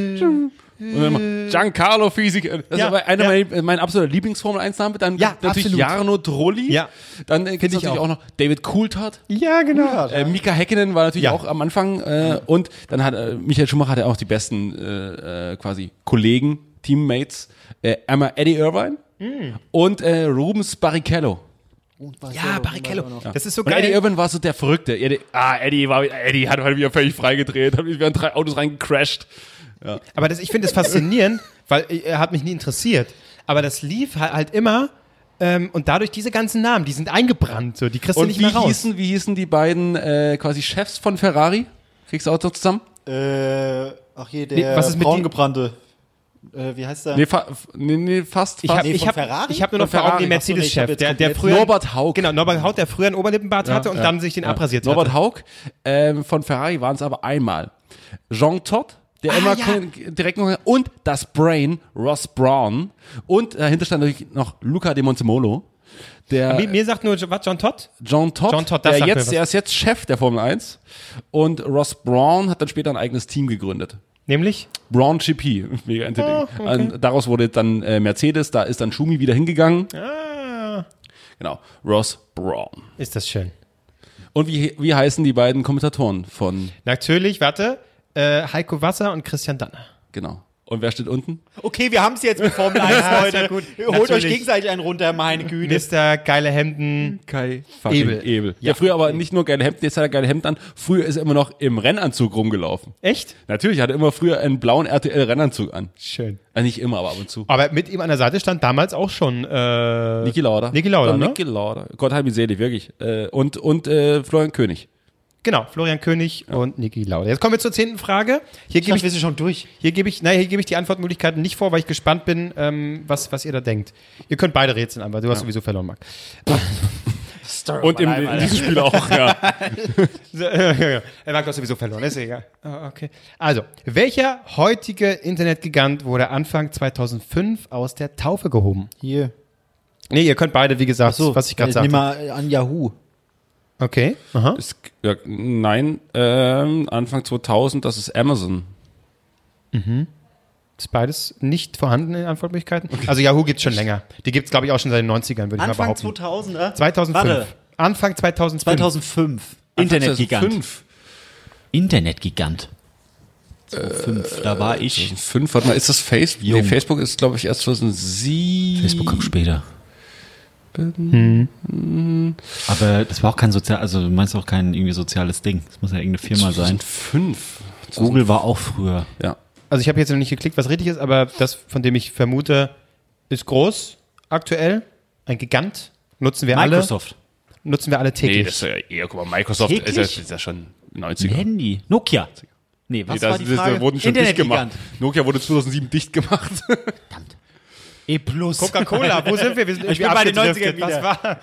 Und dann immer Giancarlo Fisik. Das
Ja,
ist aber einer
ja.
meiner mein absoluter Lieblingsformel 1 Name. Dann
Ja,
natürlich
absolut.
Jarno Drulli.
Ja.
Dann äh, gibt's
ich
natürlich auch.
auch.
noch David Coulthard.
Ja, genau.
Äh, Mika Häkkinen war natürlich
Ja.
auch am Anfang. Äh, und dann hat äh, Michael Schumacher hat ja auch die besten äh, äh, quasi Kollegen, Teammates. Äh, einmal Eddie Irvine
Mm.
und äh, Rubens Barrichello.
Ja, Barrichello. Das ist so
Und Eddie
geil.
Irvine war so der Verrückte. Eddie, ah, Eddie, war, Eddie hat halt wieder völlig freigedreht, hat wieder in drei Autos reingecrashed.
Aber das, ich finde es faszinierend, weil äh, er hat mich nie interessiert. Aber das lief halt, halt immer ähm, und dadurch diese ganzen Namen, die sind eingebrannt, so, die kriegst du
Und
nicht
wie
mehr raus.
hießen, wie hießen die beiden äh, quasi Chefs von Ferrari? Kriegst du auch noch zusammen?
Äh, ach hier, der
Nee, was ist mit
braungebrannte. Äh, wie heißt der?
Nee, fa f- nee, nee fast.
Ich habe
fast.
Nee,
ich
von
hab,
Ferrari?
ich hab nur noch
Von
vor Augen den
Achso,
Ferrari.
nee, ich
Mercedes-Chef,
hab jetzt
der, der
komplett-
früher.
Norbert Haug.
Genau, Norbert Haug, der früher einen Oberlippenbart hatte und dann sich den abrasiert
Norbert
hatte.
Haug ähm, von Ferrari waren es aber einmal. Jean Todt, der immer
Ah, ja.
kon- direkt noch, und das Brain, Ross Brown. Und dahinter stand natürlich noch Luca de Montemolo. Der
Mir, mir sagt nur, was, John Todd?
John Todd,
John Todt, das
der
sagt mir
jetzt,
was.
er ist jetzt Chef der Formel 1. Und Ross Brown hat dann später ein eigenes Team gegründet.
Nämlich?
Brown GP, [laughs] mega Entity. An- Daraus wurde daraus wurde dann äh, Mercedes, da ist dann Schumi wieder hingegangen. Genau, Ross Brown.
Ist das schön.
Und wie, wie heißen die beiden Kommentatoren von,
Natürlich, warte, äh, Heiko Wasser und Christian Danner.
genau. Und wer steht unten?
Okay, wir haben es jetzt mit Formel [laughs] 1,
ist ja
Leute.
gut.
Holt euch
Natürlich.
gegenseitig einen runter, meine Güte.
Mister Geile Hemden.
Kai fucking Ebel.
Ebel.
Ja, früher aber nicht nur geile Hemden, jetzt hat er geile Hemden an. Früher ist er immer noch im Rennanzug rumgelaufen.
Echt?
Natürlich hat er immer früher einen blauen RTL-Rennanzug an.
Schön.
Äh, nicht immer, aber ab und zu.
Aber mit ihm an der Seite stand damals auch schon äh,
Niki Lauda.
Niki Lauda,
Don
ne?
Niki Lauda. Gott hab ihn selig, wirklich. Äh, und und äh, Florian König.
Genau, Florian König und Niki Lauda. Jetzt kommen wir zur zehnten Frage. Hier gebe ich,
sind schon durch.
hier gebe ich, nein, hier gebe ich die Antwortmöglichkeiten nicht vor, weil ich gespannt bin, ähm, was, was ihr da denkt. Ihr könnt beide rätseln an, weil du hast sowieso verloren, Marc.
Und im, in diesem Spiel auch, ja.
[laughs]
[laughs]
Ja, ja, ja. Er mag doch sowieso verloren, ist ja egal. [laughs] Ah, Okay. Also, welcher heutige Internetgigant wurde Anfang 2005 aus der Taufe gehoben?
Hier.
Nee, ihr könnt beide, wie gesagt, was äh, ich gerade
Nimm
sagte.
äh, mal an Yahoo.
Okay. Aha.
Es, ja, nein, ähm, Anfang 2000, das ist Amazon.
Ist beides nicht vorhandene Antwortmöglichkeiten? Also Yahoo gibt's schon länger. Die gibt's glaube ich, auch schon seit den 90ern, würde ich mal
Anfang
behaupten.
2000, äh?
2005.
Warte.
Anfang 2005.
2005.
Internetgigant.
Internetgigant. Äh, 2005, da war ich.
2005, warte mal, ist das Facebook? Nee, Facebook ist, glaube ich, erst 2007.
Facebook kommt später.
Hm.
Aber das war auch kein sozial, also du meinst auch kein irgendwie soziales Ding. Das muss ja irgendeine Firma sein.
2005.
Google war auch früher.
Ja.
Also ich habe jetzt noch nicht geklickt, was richtig ist, aber das, von dem ich vermute, ist groß aktuell. Ein Gigant. Nutzen wir
Microsoft.
alle. Nutzen wir alle täglich.
ja eher, guck mal, Microsoft
Täglich?
ist ja- ist ja schon 90er.
Handy. Nokia. Nee, was
Nee,
war
das,
die
das,
Frage?
das wurden schon dicht
Internetgigant.
gemacht. Nokia wurde 2007 dicht gemacht.
E plus.
Coca-Cola, wo sind wir? Wir sind irgendwie
bin bei den
abgedriftet.
90ern
Was war?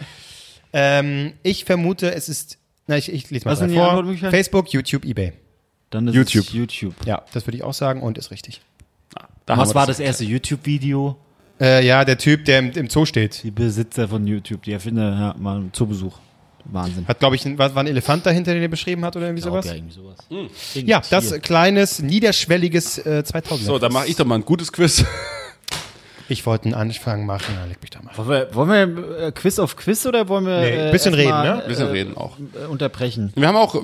Ähm, ich vermute, es ist. Na, ich, ich lese mal
Was sind
drei
die
vor.
Antwortmöglichkeiten?
Facebook, YouTube, Ebay.
[laughs] Dann ist
YouTube.
Es YouTube.
Ja, das würde ich auch sagen und ist richtig.
Da haben
Was
wir
war das erste YouTube-Video?
Äh, ja, der Typ, der im, im Zoo steht,
Die Besitzer von YouTube, die Erfinder, ja, mal zu Besuch. Wahnsinn.
hat, glaube ich, ein, war, war ein Elefant dahinter, den er beschrieben hat oder irgendwie
Glaub
sowas.
ja,
Ja,
irgendwie sowas.
das äh, kleines, niederschwelliges äh, 2000.
So, dann mache ich doch mal ein gutes Quiz.
Ich wollte einen Anfang machen, dann leg mich da mal.
Wollen wir, wollen wir äh, Quiz auf Quiz oder wollen wir.
Nee,
äh,
bisschen
erst mal,
reden, ne?
äh,
Bisschen reden auch.
äh, unterbrechen.
Wir haben auch, äh,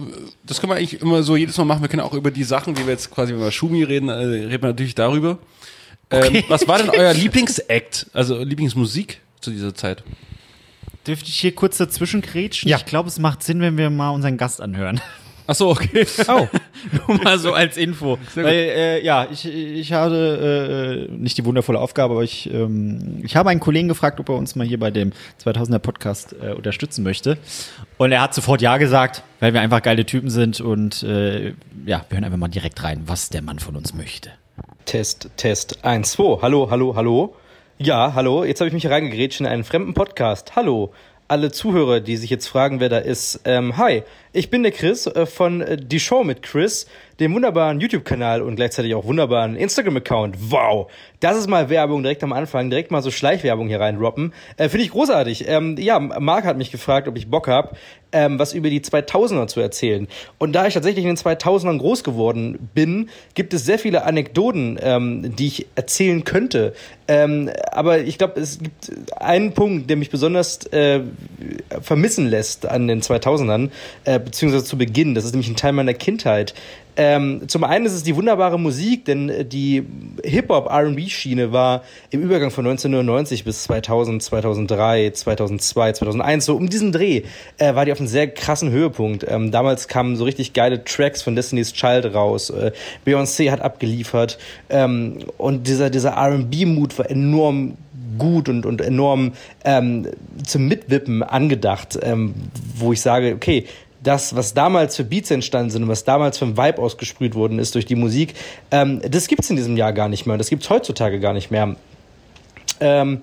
das können wir eigentlich immer so jedes Mal machen, wir können auch über die Sachen, die wir jetzt quasi, wenn wir Schumi reden, äh, reden wir natürlich darüber. Ähm, Was war denn euer Lieblingsact, also Lieblingsmusik zu dieser Zeit?
Dürfte ich hier kurz dazwischen kretschen?
Ja.
Ich glaube, es macht Sinn, wenn wir mal unseren Gast anhören.
Ach so, okay.
Oh,
[laughs] Nur mal so als Info.
Sehr gut.
Weil, äh, ja, ich, ich habe äh, nicht die wundervolle Aufgabe, aber ich, ähm, ich habe einen Kollegen gefragt, ob er uns mal hier bei dem 2000er Podcast äh, unterstützen möchte. Und er hat sofort Ja gesagt, weil wir einfach geile Typen sind. Und äh, ja, wir hören einfach mal direkt rein, was der Mann von uns möchte.
Test, Test, 1, 2. Hallo, hallo, hallo. Ja, hallo, jetzt habe ich mich hier reingegrätscht in einen fremden Podcast. Hallo, alle Zuhörer, die sich jetzt fragen, wer da ist. Ähm, hi, ich bin der Chris äh, von äh, Die Show mit Chris, dem wunderbaren YouTube-Kanal und gleichzeitig auch wunderbaren Instagram-Account. Wow, das ist mal Werbung direkt am Anfang, direkt mal so Schleichwerbung hier reinroppen. Äh, Finde ich großartig. Ähm, ja, Marc hat mich gefragt, ob ich Bock habe, ähm, was über die 2000er zu erzählen. Und da ich tatsächlich in den 2000ern groß geworden bin, gibt es sehr viele Anekdoten, ähm, die ich erzählen könnte. Ähm, aber ich glaube, es gibt einen Punkt, der mich besonders äh, vermissen lässt an den 2000ern, äh, beziehungsweise zu Beginn. Das ist nämlich ein Teil meiner Kindheit. Ähm, zum einen ist es die wunderbare Musik, denn äh, die Hip-Hop-RB-Schiene war im Übergang von 1999 bis 2000, 2003, 2002, 2001, so um diesen Dreh äh, war die auf einem sehr krassen Höhepunkt. Ähm, damals kamen so richtig geile Tracks von Destiny's Child raus. Äh, Beyoncé hat abgeliefert ähm, und dieser, dieser RB-Mut war enorm gut und, und enorm ähm, zum Mitwippen angedacht, ähm, wo ich sage, okay, das, was damals für Beats entstanden sind und was damals für ein Vibe ausgesprüht worden ist durch die Musik, ähm, das gibt's in diesem Jahr gar nicht mehr und das gibt's heutzutage gar nicht mehr. Ähm,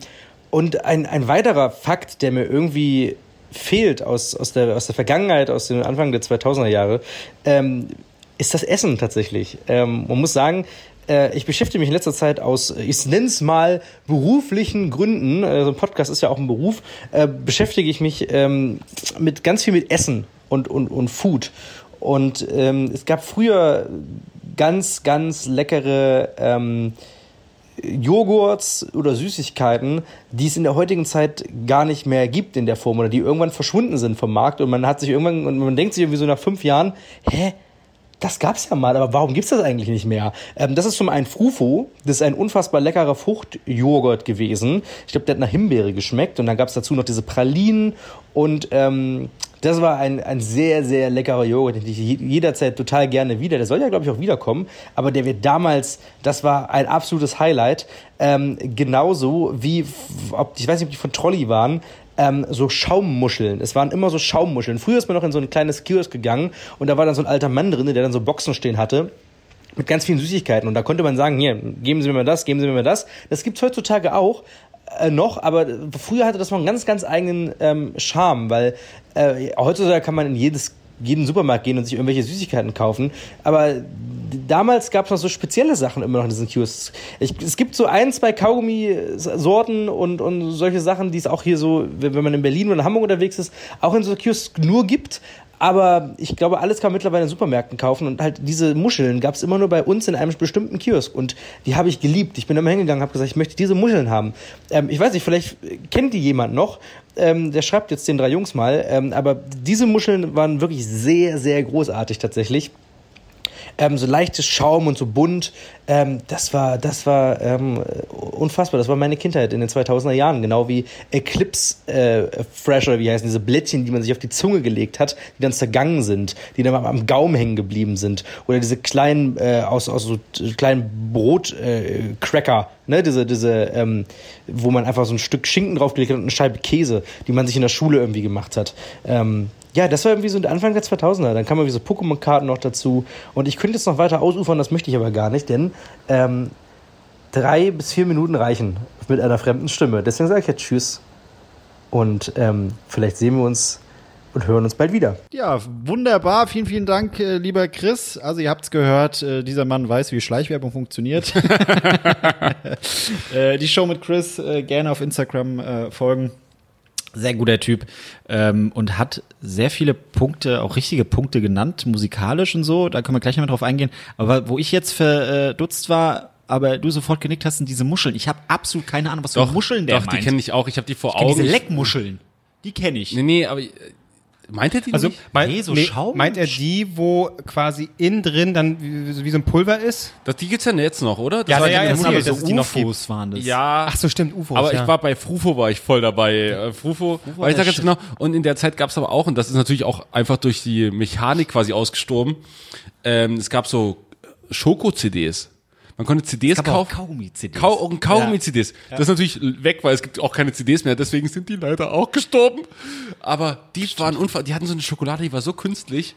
und ein, ein weiterer Fakt, der mir irgendwie fehlt aus, aus, der, aus der Vergangenheit, aus den Anfang der 2000er Jahre, ähm, ist das Essen tatsächlich. Ähm, man muss sagen, äh, ich beschäftige mich in letzter Zeit aus, äh, ich nenne es mal beruflichen Gründen, äh, so ein Podcast ist ja auch ein Beruf, äh, beschäftige ich mich ähm, mit ganz viel mit Essen und, und, und Food. Und ähm, es gab früher ganz, ganz leckere ähm, Joghurts oder Süßigkeiten, die es in der heutigen Zeit gar nicht mehr gibt in der Form oder die irgendwann verschwunden sind vom Markt und man hat sich irgendwann und man denkt sich irgendwie so nach fünf Jahren, hä? Das gab's ja mal, aber warum gibt's das eigentlich nicht mehr? Ähm, das ist zum einen Frufo, das ist ein unfassbar leckerer Fruchtjoghurt gewesen. Ich glaube, der hat nach Himbeere geschmeckt und dann gab's dazu noch diese Pralinen und ähm, das war ein, ein sehr, sehr leckerer Joghurt, den ich je- jederzeit total gerne wieder. Der soll ja, glaube ich, auch wiederkommen, aber der wird damals, das war ein absolutes Highlight. Ähm, genauso wie, f- ob, ich weiß nicht, ob die von Trolli waren, ähm, so Schaummuscheln. Es waren immer so Schaummuscheln. Früher ist man noch in so ein kleines Kiosk gegangen und da war dann so ein alter Mann drin, der dann so Boxen stehen hatte mit ganz vielen Süßigkeiten. Und da konnte man sagen, hier, geben Sie mir mal das, geben Sie mir mal das. Das gibt's heutzutage auch äh, noch, aber früher hatte das noch einen ganz, ganz eigenen ähm, Charme, weil äh, heutzutage kann man in jedes jeden Supermarkt gehen und sich irgendwelche Süßigkeiten kaufen. Aber d- damals gab's noch so spezielle Sachen immer noch in diesen Kiosks. Ich, es gibt so ein, zwei Kaugummi-Sorten und, und solche Sachen, die es auch hier so, wenn wenn man in Berlin oder in Hamburg unterwegs ist, auch in so Kiosks nur gibt. Aber ich glaube, alles kann man mittlerweile in Supermärkten kaufen und halt diese Muscheln gab es immer nur bei uns in einem bestimmten Kiosk und die habe ich geliebt. Ich bin immer hingegangen, habe gesagt, ich möchte diese Muscheln haben. Ähm, ich weiß nicht, vielleicht kennt die jemand noch. Ähm, der schreibt jetzt den drei Jungs mal. Ähm, aber diese Muscheln waren wirklich sehr, sehr großartig tatsächlich ähm, so leichtes Schaum und so bunt. Ähm, das war, das war ähm, unfassbar. Das war meine Kindheit in den 2000er Jahren. Genau wie Eclipse äh, Fresh oder wie die heißen diese Blättchen, die man sich auf die Zunge gelegt hat, die dann zergangen sind, die dann am, am Gaumen hängen geblieben sind. Oder diese kleinen, äh, aus, aus so t- kleinen Brotcracker. Äh, Cracker, Ne, diese, diese, ähm, wo man einfach so ein Stück Schinken draufgelegt hat und eine Scheibe Käse, die man sich in der Schule irgendwie gemacht hat. Ähm, ja, das war irgendwie so der Anfang der 2000er. Dann kamen irgendwie so Pokémon-Karten noch dazu. Und ich könnte jetzt noch weiter ausufern, das möchte ich aber gar nicht, denn ähm, drei bis vier Minuten reichen mit einer fremden Stimme. Deswegen sage ich jetzt Tschüss. Und ähm, vielleicht sehen wir uns und hören uns bald wieder.
Ja, wunderbar. Vielen, vielen Dank, äh, lieber Chris. Also ihr habt's gehört, äh, dieser Mann weiß, wie Schleichwerbung funktioniert. äh, die Show mit Chris äh, gerne auf Instagram äh, folgen. Sehr guter Typ ähm, und hat sehr viele Punkte, auch richtige Punkte genannt, musikalisch und so. Da können wir gleich nochmal drauf eingehen. Aber wo ich jetzt verdutzt war, aber du sofort genickt hast, sind diese Muscheln. Ich habe absolut keine Ahnung, was für Muscheln der
doch, die
meint.
kenne ich auch. Ich habe die vor
Ich kenn
Augen.
diese Leckmuscheln. Die kenne ich.
nee, nee, aber äh, Meint er die
Also
nicht?
meint,
Nee, so
nee,
Schaum-
meint er die, wo quasi innen drin dann wie, wie so ein Pulver ist?
Das, die gibt's ja jetzt noch, oder? Das
Ja,
war
ja,
die-
ja,
Das sind
erzähl,
aber so
dass es die noch gibt.
UFOs waren das.
ja.
Ach so, stimmt, UFOs.
Aber
ja.
ich war bei Frufo, war ich voll dabei. Äh, Frufo, weil ich
der
sag ganz
Shit.
genau, und in der Zeit gab's aber auch, und das ist natürlich auch einfach durch die Mechanik quasi ausgestorben, ähm, es gab so Schoko-CDs. Man konnte CDs
aber auch
kaufen.
Kaugummi-CDs.
Kau und Kaugummi-CDs. Das ist natürlich weg, weil es gibt auch keine CDs mehr, deswegen sind die leider auch gestorben. Aber die waren unfall, die hatten so eine Schokolade, die war so künstlich,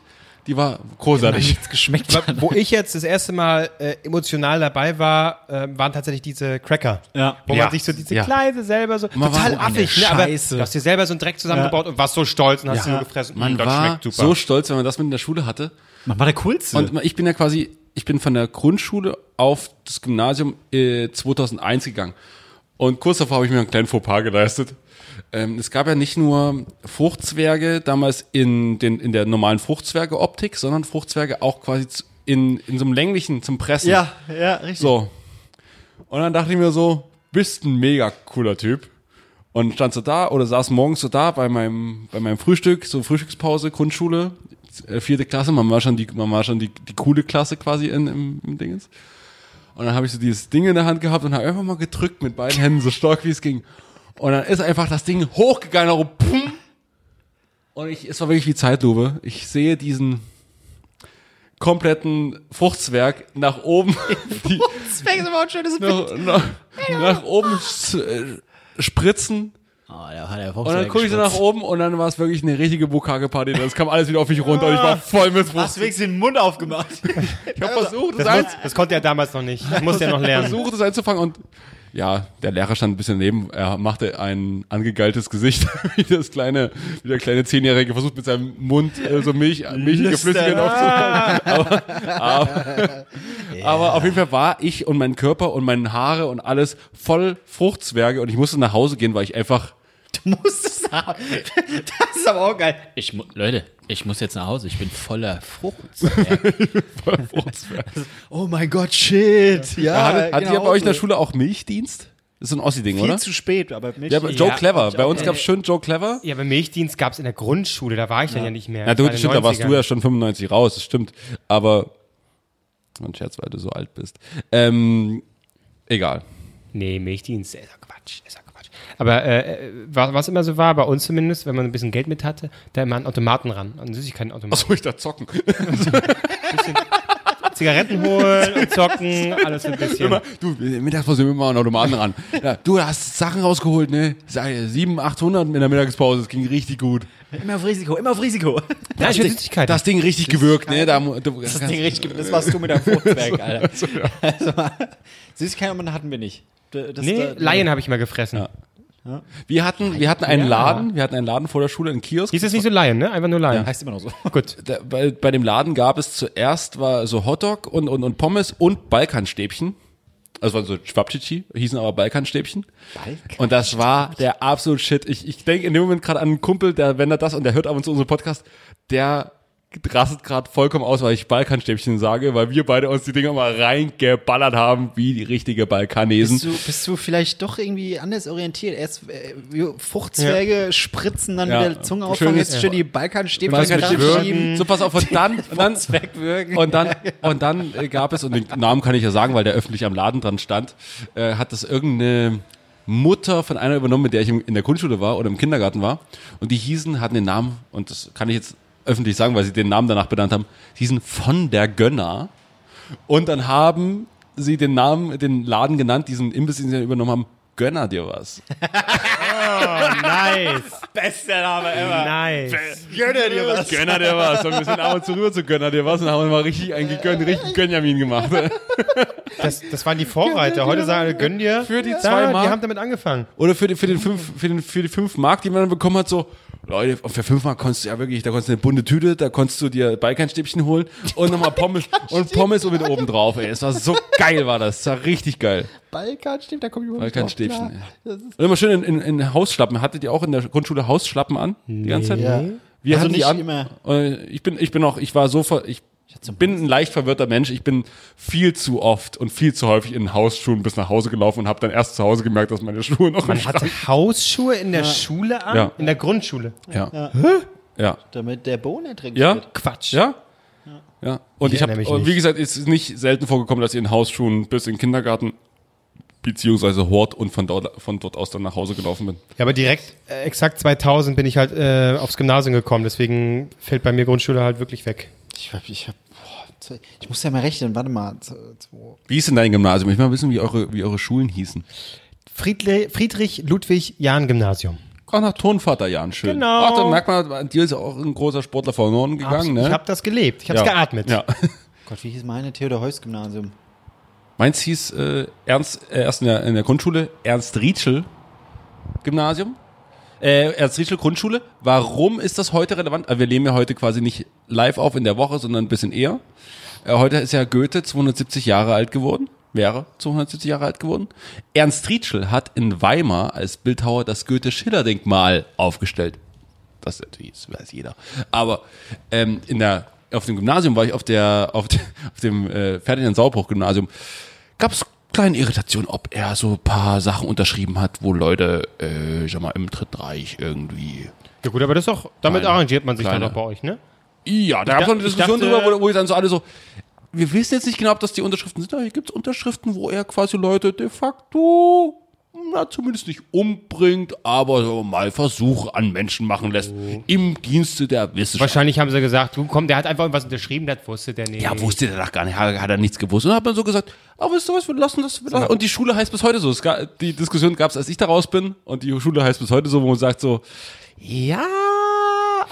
die war großartig.
nichts geschmeckt hat.
Wo ich jetzt das erste Mal äh, emotional dabei war, äh, waren tatsächlich diese Cracker.
Ja.
Wo
Ja.
man sich so diese
Ja.
Kleise selber so
Man war
total
so
affig,
eine
ne? Aber
Scheiße.
du hast dir selber so einen Dreck zusammengebaut und warst so stolz und hast sie so gefressen.
Man
Mm, das
war
schmeckt super.
so stolz, wenn man das mit in der Schule hatte.
Man war der coolste.
Und ich bin ja quasi, ich bin von der Grundschule auf das Gymnasium äh, 2001 gegangen. Und kurz davor habe ich mir einen kleinen Fauxpas geleistet. Ähm, es gab ja nicht nur Fruchtzwerge damals in, den, in der normalen Fruchtzwerge-Optik, sondern Fruchtzwerge auch quasi zu- in, in so einem länglichen zum Pressen.
ja, richtig.
So. Und dann dachte ich mir so, bist ein mega cooler Typ. Und stand so da oder saß morgens so da bei meinem, bei meinem Frühstück, so Frühstückspause, Grundschule, äh, vierte Klasse, man war schon die, man war schon die, die coole Klasse quasi in, im, im Dingens. Und dann habe ich so dieses Ding in der Hand gehabt und habe einfach mal gedrückt mit beiden Händen, so stark wie es ging. Und dann ist einfach das Ding hochgegangen, und pum. Und ich, es war wirklich wie Zeitlupe. Ich sehe diesen kompletten Fruchtzwerg nach oben, [laughs] die, nach, nach, nach oben s- äh, spritzen.
Ah,
Und dann gucke ich so nach oben und dann war es wirklich eine richtige Bukake-Party. Das kam alles wieder auf mich runter und ich war voll mit Frust.
Hast wenigstens den Mund [laughs] aufgemacht.
Ich habe versucht, das,
das,
ein,
muss, das konnte er damals noch nicht. Das musste er noch lernen.
versucht, das einzufangen und ja, der Lehrer stand ein bisschen neben. Er machte ein angegeiltes Gesicht, [laughs] wie das kleine, wie der kleine Zehnjährige versucht mit seinem Mund äh, so Milch, milchige Flüssigkeit aufzuhalten. [laughs] Aber, aber, aber auf jeden Fall war ich und mein Körper und meine Haare und alles voll Fruchtzwerge und ich musste nach Hause gehen, weil ich einfach
Du musst es haben. Das ist aber auch geil.
Ich mu Leute, ich muss jetzt nach Hause. Ich bin voller Frucht.
[laughs] Oh mein Gott, shit. Ja,
Hattet, hattet
genau.
ihr bei euch in der Schule auch Milchdienst? Das ist so ein Ossi-Ding,
Viel
oder?
zu spät, aber nicht.
Ja, aber Joe Clever. Bei uns gab es schön Joe Clever.
Ja, aber Milchdienst gab es in der Grundschule, da war ich dann ja nicht mehr.
Na
Ich
du,
war in den
stimmt, da warst
90ern.
du ja schon 95 raus, das stimmt. Aber, ein Scherz, weil du so alt bist. Ähm, egal.
Nee, Milchdienst, ist ja Quatsch, ist ja Quatsch. Aber äh, äh, was, was immer so war, bei uns zumindest, wenn man ein bisschen Geld mit hatte, da immer an Automaten ran, an Süßigkeitenautomaten.
Achso, ich da zocken.
Zigaretten holen und
[laughs]
zocken, alles so ein bisschen.
[laughs] Immer, du, Mittagspause immer an den Automaten um ran. Ja, du hast Sachen rausgeholt, ne? Sag ich, 700, 800 in der Mittagspause, das ging richtig gut.
Immer auf Risiko, immer auf Risiko.
Ja, ich will Süßigkeiten.
Das Ding richtig gewirkt, ne? Da, mu- du,
Das Ding richtig, das warst du mit deinem
[laughs]
Fruchtwerk, Alter. Also, Süßigkeiten hatten wir nicht. D- Das
nee,
da-
Laien habe ich mal gefressen.
wir hatten, wir hatten einen Laden, wir hatten einen Laden vor der Schule, einen Kiosk.
Hieß es nicht so Laien, ne? Einfach nur Laien.
Heißt immer noch so.
[laughs]
Gut.
da, bei, bei dem Laden gab es zuerst war so Hotdog und, und, und Pommes und Balkanstäbchen. Also waren so Schwabtschi, hießen aber Balkanstäbchen. Und das war der absolute Shit. Ich, ich denke in dem Moment gerade an einen Kumpel, der, wenn er das und der hört ab und zu unseren Podcast, der rastet gerade vollkommen aus, weil ich Balkanstäbchen sage, weil wir beide uns die Dinger mal reingeballert haben, wie die richtige Balkanesen.
Bist du, bist du vielleicht doch irgendwie anders orientiert? Erst äh, wie Fruchtzwerge spritzen, dann
Ja.
mit der Zunge auffangen,
Schönes-
jetzt schön die Balkanstäbchen
Balkanstäbchen.
schieben.
So, pass auf, und dann, und dann, Und dann, und dann äh, gab es, und den Namen kann ich ja sagen, weil der öffentlich am Laden dran stand, äh, hat das irgendeine Mutter von einer übernommen, mit der ich im, in der Grundschule war oder im Kindergarten war. Und die hießen, hatten den Namen, und das kann ich jetzt öffentlich sagen, weil sie den Namen danach benannt haben, die hießen von der Gönner. Und dann haben sie den Namen, den Laden genannt, diesen Imbiss, den sie dann übernommen haben, Gönner dir was.
Nice.
Bester Name ever.
Nice.
Gönner dir was.
Gönner dir was. Und wir sind ab und zu rüber zu Gönner dir was und haben mal richtig einen gegönnt, richtig Gönjamin gemacht.
Das, das waren die Vorreiter. Heute sagen alle, gönn dir.
Für die
Da,
zwei Mark.
Die haben damit angefangen.
Oder für die, für, den fünf, für, den, für die fünf Mark, die man dann bekommen hat, so, Leute, für fünf Mark konntest du ja wirklich, da konntest du eine bunte Tüte, da konntest du dir Balkanstäbchen holen und nochmal Pommes und Pommes mit oben drauf, ey. Es war so geil, war das. Es war richtig geil.
Balkan stimmt, da kommt überhaupt
Balkanstäbchen. ey. Und immer schön in, in, in Hausschlappen. Hattet ihr auch in der Grundschule Hausschlappen an? Die ganze Zeit?
Ja.
Wir
Also
hatten die
nicht
an.
immer.
Äh, Ich bin, ich bin auch, ich war so ver, ich bin ein leicht verwirrter Mensch. Ich bin viel zu oft und viel zu häufig in Hausschuhen bis nach Hause gelaufen und habe dann erst zu Hause gemerkt, dass meine [laughs] Schuhe noch im
Man hatte Hausschuhe in der Schule an?
Ja.
In der Grundschule.
Ja. Ja.
damit der Bohnen trinkt.
Ja?
Quatsch.
Ja? Ja. Und
Ich
ich, hab,
erinnere mich
und wie
nicht.
gesagt, es ist nicht selten vorgekommen, dass ich in Hausschuhen bis in den Kindergarten beziehungsweise Hort und von dort, von dort aus dann nach Hause gelaufen bin.
Ja, aber direkt, äh, exakt 2000 bin ich halt äh, aufs Gymnasium gekommen, deswegen fällt bei mir Grundschule halt wirklich weg.
Ich, hab, ich, hab, boah, ich muss ja mal rechnen, warte mal. z- zwei-
Wie ist denn dein Gymnasium? Ich will mal wissen, wie eure, wie eure Schulen hießen.
Friedle Friedrich Ludwig Jahn Gymnasium.
Auch nach Turnvaterjahren schön.
Genau.
Ach, da merkt man, an dir ist auch ein großer Sportler verloren gegangen, ne?
Ich habe das gelebt, ich habe
ja.
es geatmet.
Ja.
Gott, wie hieß meine? Theodor-Heuss-Gymnasium.
Meins hieß äh, Ernst, äh, erst in der, in der Grundschule Ernst Rietschel Gymnasium. Äh, Ernst Rietschel Grundschule. Warum ist das heute relevant? Äh, Wir nehmen ja heute quasi nicht live auf in der Woche, sondern ein bisschen eher. Äh, heute ist ja Goethe 270 Jahre alt geworden. Wäre 270 Jahre alt geworden. Ernst Rietschel hat in Weimar als Bildhauer das Goethe-Schiller-Denkmal aufgestellt. Das natürlich, das weiß jeder. Aber ähm, in der, auf dem Gymnasium war ich auf der, auf, [laughs] de, auf dem äh, Ferdinand Sauerbruch Gymnasium gab es kleine Irritation, ob er so ein paar Sachen unterschrieben hat, wo Leute, äh, ich sag mal, im Dritten Reich irgendwie.
Ja gut, aber das ist doch, damit
Kleine-
arrangiert man sich
kleine-
dann doch bei euch, ne?
Ja, da gab es
da-
eine Diskussion
ich dachte-
drüber, wo, wo ich dann so alle so. Wir wissen jetzt nicht genau, ob das die Unterschriften sind, aber hier gibt es Unterschriften, wo er quasi Leute de facto, na zumindest nicht umbringt, aber so mal Versuche an Menschen machen lässt. Im Dienste der Wissenschaft.
Wahrscheinlich haben sie gesagt, du komm, der hat einfach irgendwas unterschrieben, das wusste der nicht.
Ja, wusste der doch gar nicht, hat, hat er nichts gewusst. Und dann hat man so gesagt, aber wisst ihr was, wir lassen das. Wir lassen. Und die Schule heißt bis heute so. Es ga- die Diskussion gab es, als ich da raus bin, und die Schule heißt bis heute so, wo man sagt so, ja,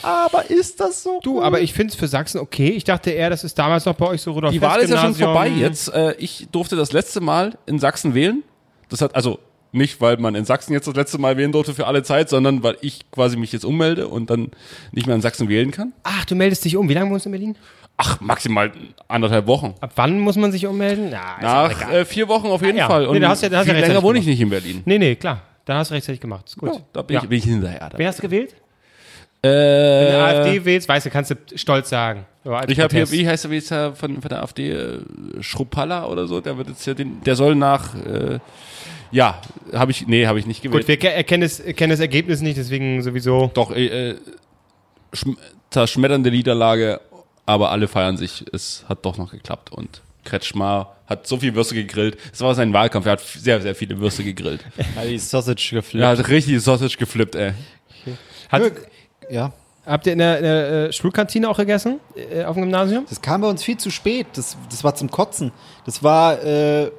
aber ist das so?
Du, aber ich finde es für Sachsen okay. Ich dachte eher, das ist damals noch bei euch so Rudolf
die Wahl ist ja schon
Hess-Gymnasium.
vorbei jetzt. Äh, ich durfte das letzte Mal in Sachsen wählen. Das hat, also nicht, weil man in Sachsen jetzt das letzte Mal wählen durfte für alle Zeit, sondern weil ich quasi mich jetzt ummelde und dann nicht mehr in Sachsen wählen kann.
Ach, du meldest dich um. Wie lange wohnst du in Berlin?
Ach, maximal anderthalb Wochen.
Ab wann muss man sich ummelden? Na, ist auch
Nach
egal. Ah,
äh, vier Wochen auf jeden
ja.
Fall. Und
Nee, da hast du ja- da hast du
viel
ja recht,
länger
hab ich
wohne ich nicht in Berlin.
Nee, nee, klar. Da hast du rechtzeitig gemacht. Ist gut.
Ja, da bin, ich, bin ich hinterher. Da.
Wen hast du gewählt? Wenn du
Äh,
AfD wählst, weißt du, kannst du stolz sagen. Über einen
ich habe hier,
Protest.
wie heißt der, wie ist der von, von der AfD, äh, Schruppalla oder so, der wird jetzt hier den, der soll nach, äh, ja, habe ich, nee, habe ich nicht gewählt.
Gut, wir ke- erkennen das, erkennen das Ergebnis nicht, deswegen sowieso.
Doch, äh, äh, schm- zerschmetternde Niederlage, aber alle feiern sich. Es hat doch noch geklappt und Kretschmar hat so viel Würste gegrillt. Es war sein Wahlkampf, er hat sehr, sehr viele
[laughs]
Würste gegrillt.
Hat die Sausage
Er
geflippt.
hat richtig Sausage geflippt, ey.
Hat,
Ja. ja.
habt ihr in der, in der äh, Schulkantine auch gegessen? Äh, auf dem Gymnasium?
Das kam bei uns viel zu spät. Das, das war zum Kotzen. Das war äh,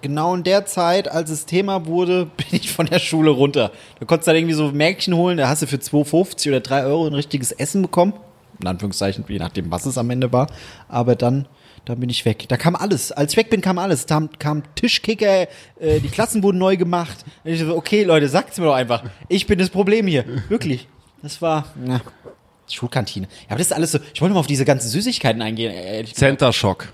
genau in der Zeit, als es Thema wurde, [laughs] bin ich von der Schule runter. Da konntest du dann irgendwie so Märkchen holen, da hast du für 2,50 oder 3 Euro ein richtiges Essen bekommen. In Anführungszeichen, je nachdem, was es am Ende war. Aber dann, dann bin ich weg. Da kam alles. Als ich weg bin, kam alles. Da kam Tischkicker, äh, die Klassen wurden neu gemacht. Und ich so, okay, Leute, sagt's mir doch einfach. Ich bin das Problem hier. Wirklich. Das war. Na. Schulkantine. Ja, aber das ist alles so. Ich wollte mal auf diese ganzen Süßigkeiten eingehen. äh, ehrlich gesagt.
Center Shock.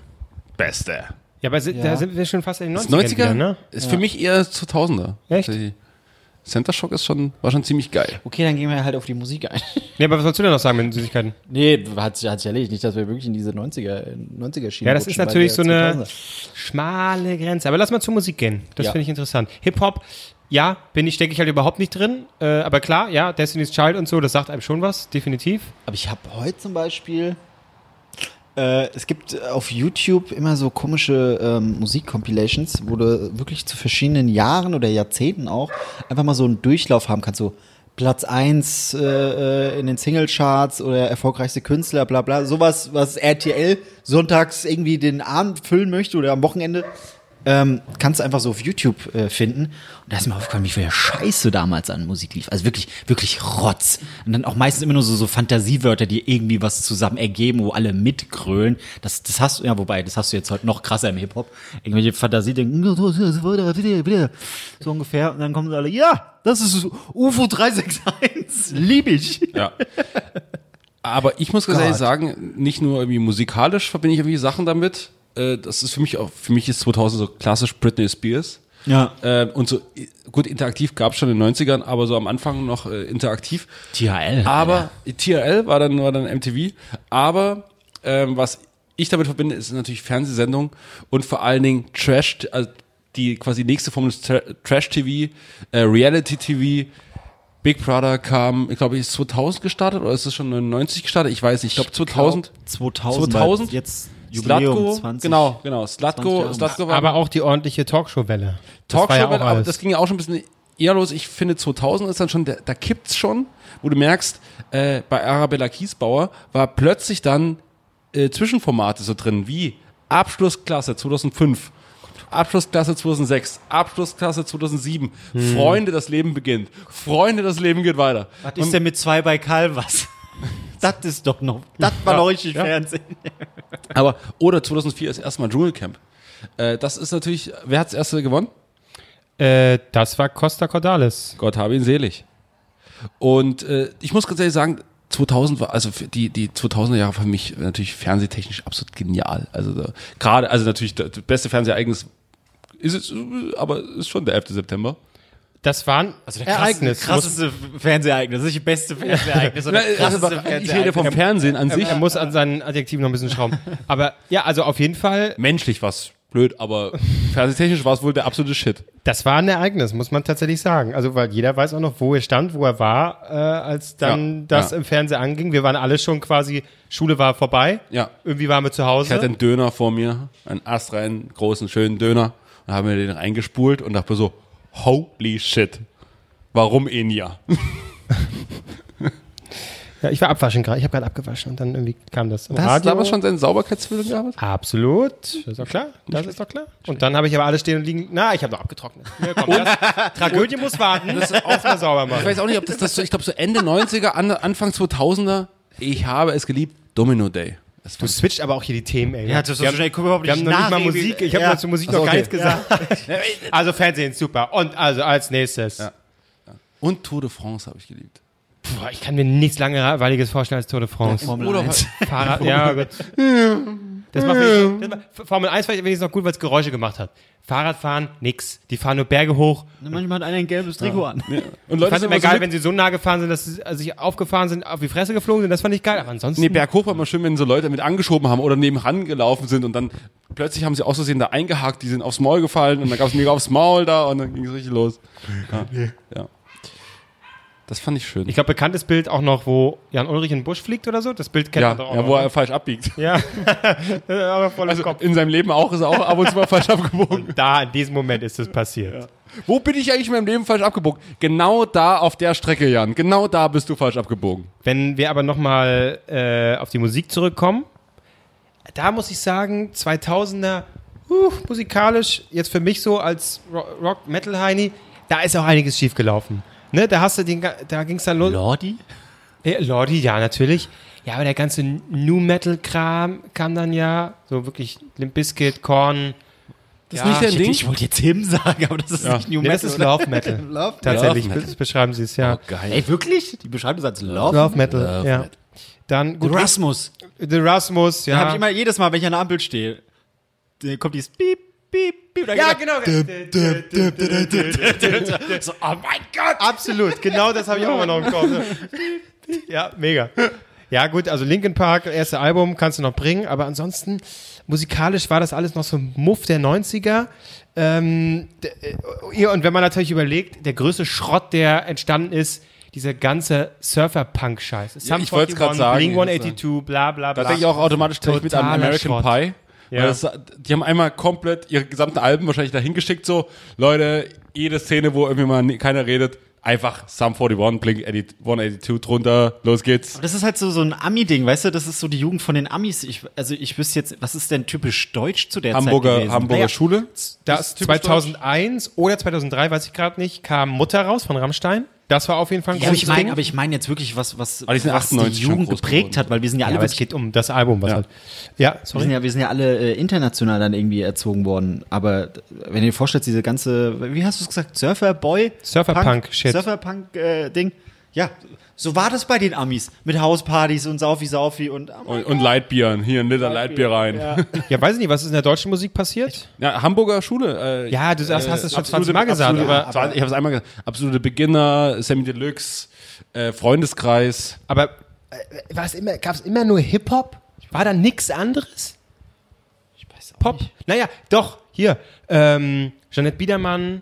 Beste.
Ja, aber si- da sind wir schon fast in den 90ern.
90er
Wieder, ne?
ist für mich eher 2000er.
Echt?
Tatsächlich. Center Shock ist schon, war schon ziemlich geil.
Okay, dann gehen wir halt auf die Musik ein. [laughs]
Nee, aber was sollst du denn noch sagen mit den Süßigkeiten?
nee, hat sich, hat sich erledigt. Nicht, dass wir wirklich in diese 90er, 90er Schiene
Ja, das ist
rutschen, weil
natürlich so
wir
eine
2000er.
schmale Grenze. Aber lass mal zur Musik gehen. Das
Ja.
finde ich interessant. Hip-Hop, ja, bin ich, denke ich halt überhaupt nicht drin. Äh, aber klar, ja, Destiny's Child und so, das sagt einem schon was, definitiv.
Aber ich habe heute zum Beispiel. Äh, es gibt äh, auf YouTube immer so komische ähm, Musik-Compilations, wo du wirklich zu verschiedenen Jahren oder Jahrzehnten auch einfach mal so einen Durchlauf haben kannst. So Platz 1 äh, äh, in den Singlecharts oder erfolgreichste Künstler, bla bla. Sowas, was RTL sonntags irgendwie den Abend füllen möchte oder am Wochenende. Ähm, kannst du einfach so auf YouTube äh, finden. Und da ist mir aufgefallen, wie viel Scheiße damals an Musik lief. Also wirklich, wirklich Rotz. Und dann auch meistens immer nur so, so Fantasiewörter, die irgendwie was zusammen ergeben, wo alle mitgrölen. Das, das hast du, ja, wobei, das hast du jetzt heute noch krasser im Hip-Hop. Irgendwelche "Oh, Fantasie denken, so ungefähr. Und dann kommen sie alle, ja, das ist UFO 361. [laughs] Lieb ich.
Ja. Aber ich muss ganz ehrlich sagen, nicht nur irgendwie musikalisch verbinde ich irgendwie Sachen damit. Äh, Das ist für mich auch, für mich ist 2000 so klassisch Britney Spears.
Ja.
Äh, Und so, i- gut, interaktiv gab es schon in den 90ern, aber so am Anfang noch äh, interaktiv.
THL.
Aber TRL war dann, war dann MTV. Aber ähm, was ich damit verbinde, ist natürlich Fernsehsendung und vor allen Dingen Trash, also die quasi nächste Form des Tra Trash-TV, äh, Reality-TV, Big Brother kam, ich glaube, ist 2000 gestartet oder ist es schon 99 gestartet? Ich weiß nicht. Ich glaube 2000.
2000.
2000?
weil Jetzt
Slatko,
Jubiläum 20.
genau, genau. Slatko,
20
Slatko war
Aber auch die ordentliche Talkshow-Welle. Das
Talkshow,
war ja auch
aber
alles.
das ging ja auch schon ein bisschen eher los. Ich finde 2000 ist dann schon, da, da kippt's schon, wo du merkst, äh, bei Arabella Kiesbauer war plötzlich dann äh, Zwischenformate so drin, wie Abschlussklasse 2005. Abschlussklasse 2006, Abschlussklasse 2007,
Hm.
Freunde, das Leben beginnt, Freunde, das Leben geht weiter.
Was ist denn mit zwei bei
[laughs]
Karl was? das ist doch noch, das war noch richtig Fernsehen.
Aber, oder 2004 ist erstmal Dschungelcamp. Äh, das ist natürlich, wer hat's erste gewonnen?
Äh, das war Costa Cordalis.
Gott habe ihn selig. Und äh, ich muss ganz ehrlich sagen, 2000 war, also für die, die 2000er Jahre für mich natürlich fernsehtechnisch absolut genial. Also da- gerade, also natürlich das beste Fernsehereignis ist es, äh, aber ist schon der 11. September.
Das war ein
Also
Ereignis. Muss,
Krasseste Fernsehereignis, nicht das beste Fernsehereignis, sondern krasseste
Äh, also, ich rede vom Fernsehen an sich.
er muss an seinen Adjektiven noch ein bisschen
[laughs]
schrauben. Aber ja, also auf jeden Fall,
Menschlich war es blöd, [laughs] aber fernsehtechnisch war es wohl der absolute Shit.
das war ein Ereignis, muss man tatsächlich sagen. Also, weil jeder weiß auch noch, wo er stand, wo er war, äh, als dann
Ja,
das
ja.
im Fernsehen anging. Wir waren alle schon quasi, Schule war vorbei.
Ja.
Irgendwie waren wir zu
Ich hatte
Hause.
einen Döner vor mir, einen astreinen, großen, schönen Döner und habe mir den reingespult und dachte mir so, holy shit, warum Enya?
Ja, ich war abwaschen gerade. Ich habe gerade abgewaschen und dann irgendwie kam das. Im
Hast du damals schon seinen Sauberkeitsfilm gehabt?
Absolut. Das ist doch klar. Das ist doch klar. Und dann habe ich aber alles stehen und liegen. Na, ich habe noch [laughs] abgetrocknet. Hier, komm, das, Tragödie muss warten. Das ist auch mal sauber
Ich
machen.
weiß auch nicht, ob das, das so, ich glaube, so Ende 90er, an, Anfang 2000er, ich habe es geliebt, Domino Day. Das
Du switcht aber auch hier die Themen, ey.
Ja, das ist so schnell, ich guck überhaupt
Wir haben
nicht
noch nicht
nach,
mal
irgendwie.
Musik. Ich habe
Ja.
noch zu Musik noch gar nichts gesagt. Also Fernsehen, super. Und also als nächstes.
und Tour de France habe ich geliebt.
Boah, ich kann mir nichts Langweiliges vorstellen als Tour de France.
Formel
Oder halt
halt-
1.
Fahrrad, ja, gut. Das macht wenigstens- das macht- Formel 1 war wenigstens noch gut, weil es Geräusche gemacht hat. Fahrradfahren, nix. Die fahren nur Berge hoch.
Manchmal hat einer ein gelbes Trikot an.
Ich
Und Leute
fand
sind
immer
immer so
geil,
mit,
wenn sie Also so nah gefahren sind, dass sie also sich aufgefahren sind, auf die Fresse geflogen sind. Das fand ich geil. Aber ansonsten.
nee, berghoch war immer schön, wenn so Leute mit angeschoben haben oder nebenan gelaufen sind und dann plötzlich haben sie aus Versehen da eingehakt, die sind aufs Maul gefallen und dann gab es mega aufs Maul da und dann ging es richtig los. Ja, ja. Das fand ich schön.
ich glaube, bekanntes Bild auch noch, wo Jan Ulrich in den Busch fliegt oder so. Das Bild kennt
ja,
man doch auch.
ja,
noch,
wo
ne?
er falsch abbiegt.
ja. [laughs] aber voll
Also
im Kopf.
in seinem Leben auch ist er auch ab und zu mal [laughs] falsch abgebogen.
Da, in diesem Moment ist es passiert.
Wo bin ich eigentlich in meinem Leben falsch abgebogen? Genau da auf der Strecke, Jan. Genau da bist du falsch abgebogen.
Wenn wir aber nochmal äh, auf die Musik zurückkommen, da muss ich sagen, 2000er, uh, musikalisch, jetzt für mich so als Ro- Rock-Metal-Heini, da ist auch einiges schiefgelaufen. Ne, da hast du den, ga- da ging's dann los.
Lordi?
Ja, Lordi, ja, natürlich. Ja, aber der ganze New Metal-Kram kam dann ja, so wirklich Limp Bizkit, Korn.
Das ist nicht dein Ding?
Ich wollte jetzt Him sagen, aber das ist nicht New
Nee,
Metal.
Ne, das ist Love
[laughs]
Metal. Tatsächlich,
Love Metal.
das beschreiben sie es, ja.
Ey, wirklich? Die beschreiben das als Love?
Love Metal,
Love
ja.
Metal.
Dann, gut,
Rasmus.
The Rasmus, ja.
Da habe ich immer jedes Mal, wenn ich an der Ampel stehe, da kommt dieses Piep, Piep, Piep.
Ja, genau. So, oh mein Gott! Absolut, genau das habe ich auch immer noch im Kopf. Ja, mega. Ja, gut, also Linkin Park, erste Album, kannst du noch bringen, aber ansonsten, musikalisch war das alles noch so ein Muff der 90er. Ähm, d- äh, ja, und wenn man natürlich überlegt, der größte Schrott, der entstanden ist, dieser ganze Surfer-Punk-Scheiß. Sum
ich wollte's grad
41,
sagen.
Blink 182, bla bla bla.
Da denke ich auch automatisch gleich mit an
Totaler
American
Schrott.
Pie.
Ja.
Weil das, die haben einmal komplett ihre gesamten Alben wahrscheinlich dahin geschickt, so, Leute, jede Szene, wo irgendwie mal ni- keiner redet, einfach Sum 41, Blink 80 182 drunter, los geht's.
Das ist halt so, so ein Ami-Ding, weißt du? Das ist so die Jugend von den Amis. Ich, also ich wüsste jetzt, was ist denn typisch deutsch zu der Zeit
Hamburger,
gewesen?
Hamburger
Naja,
Schule.
Das
typisch
2001 oder 2003, weiß ich gerade nicht, kam Mutter raus von Rammstein. Das war auf jeden Fall ein
Ja, aber ich
großes Ding.
meine, aber ich meine jetzt wirklich, was, was,
die sind
was die
98 schon
Jugend
groß
geprägt
geworden.
hat, weil wir sind ja alle
ja, aber es
wirklich,
geht um das Album, was
Ja.
halt. Ja,
wir sind
sorry.
ja, wir sind ja alle äh, international dann irgendwie erzogen worden. Aber d- wenn ihr dir vorstellt, diese ganze, wie hast du es gesagt, Surferboy?
Surferpunk-Shit.
Surferpunk-Ding. äh, ja, so war das bei den Amis. Mit Hauspartys und Saufi-Saufi und,
Und, und Lightbieren, hier ein Liter Lightbier rein. Ja,
Ja, weiß ich nicht, was ist in der deutschen Musik passiert?
Hamburger Schule. Äh,
Ja, du hast, hast es schon 20 Mal gesagt,
absolute,
aber,
aber ich habe es einmal gesagt. Absolute Beginner, Sammy Deluxe, äh, Freundeskreis.
aber äh, war es immer, gab es immer nur Hip-Hop? War da nichts anderes? Ich weiß auch Pop? Naja, doch, hier. Ähm, Jeanette Biedermann,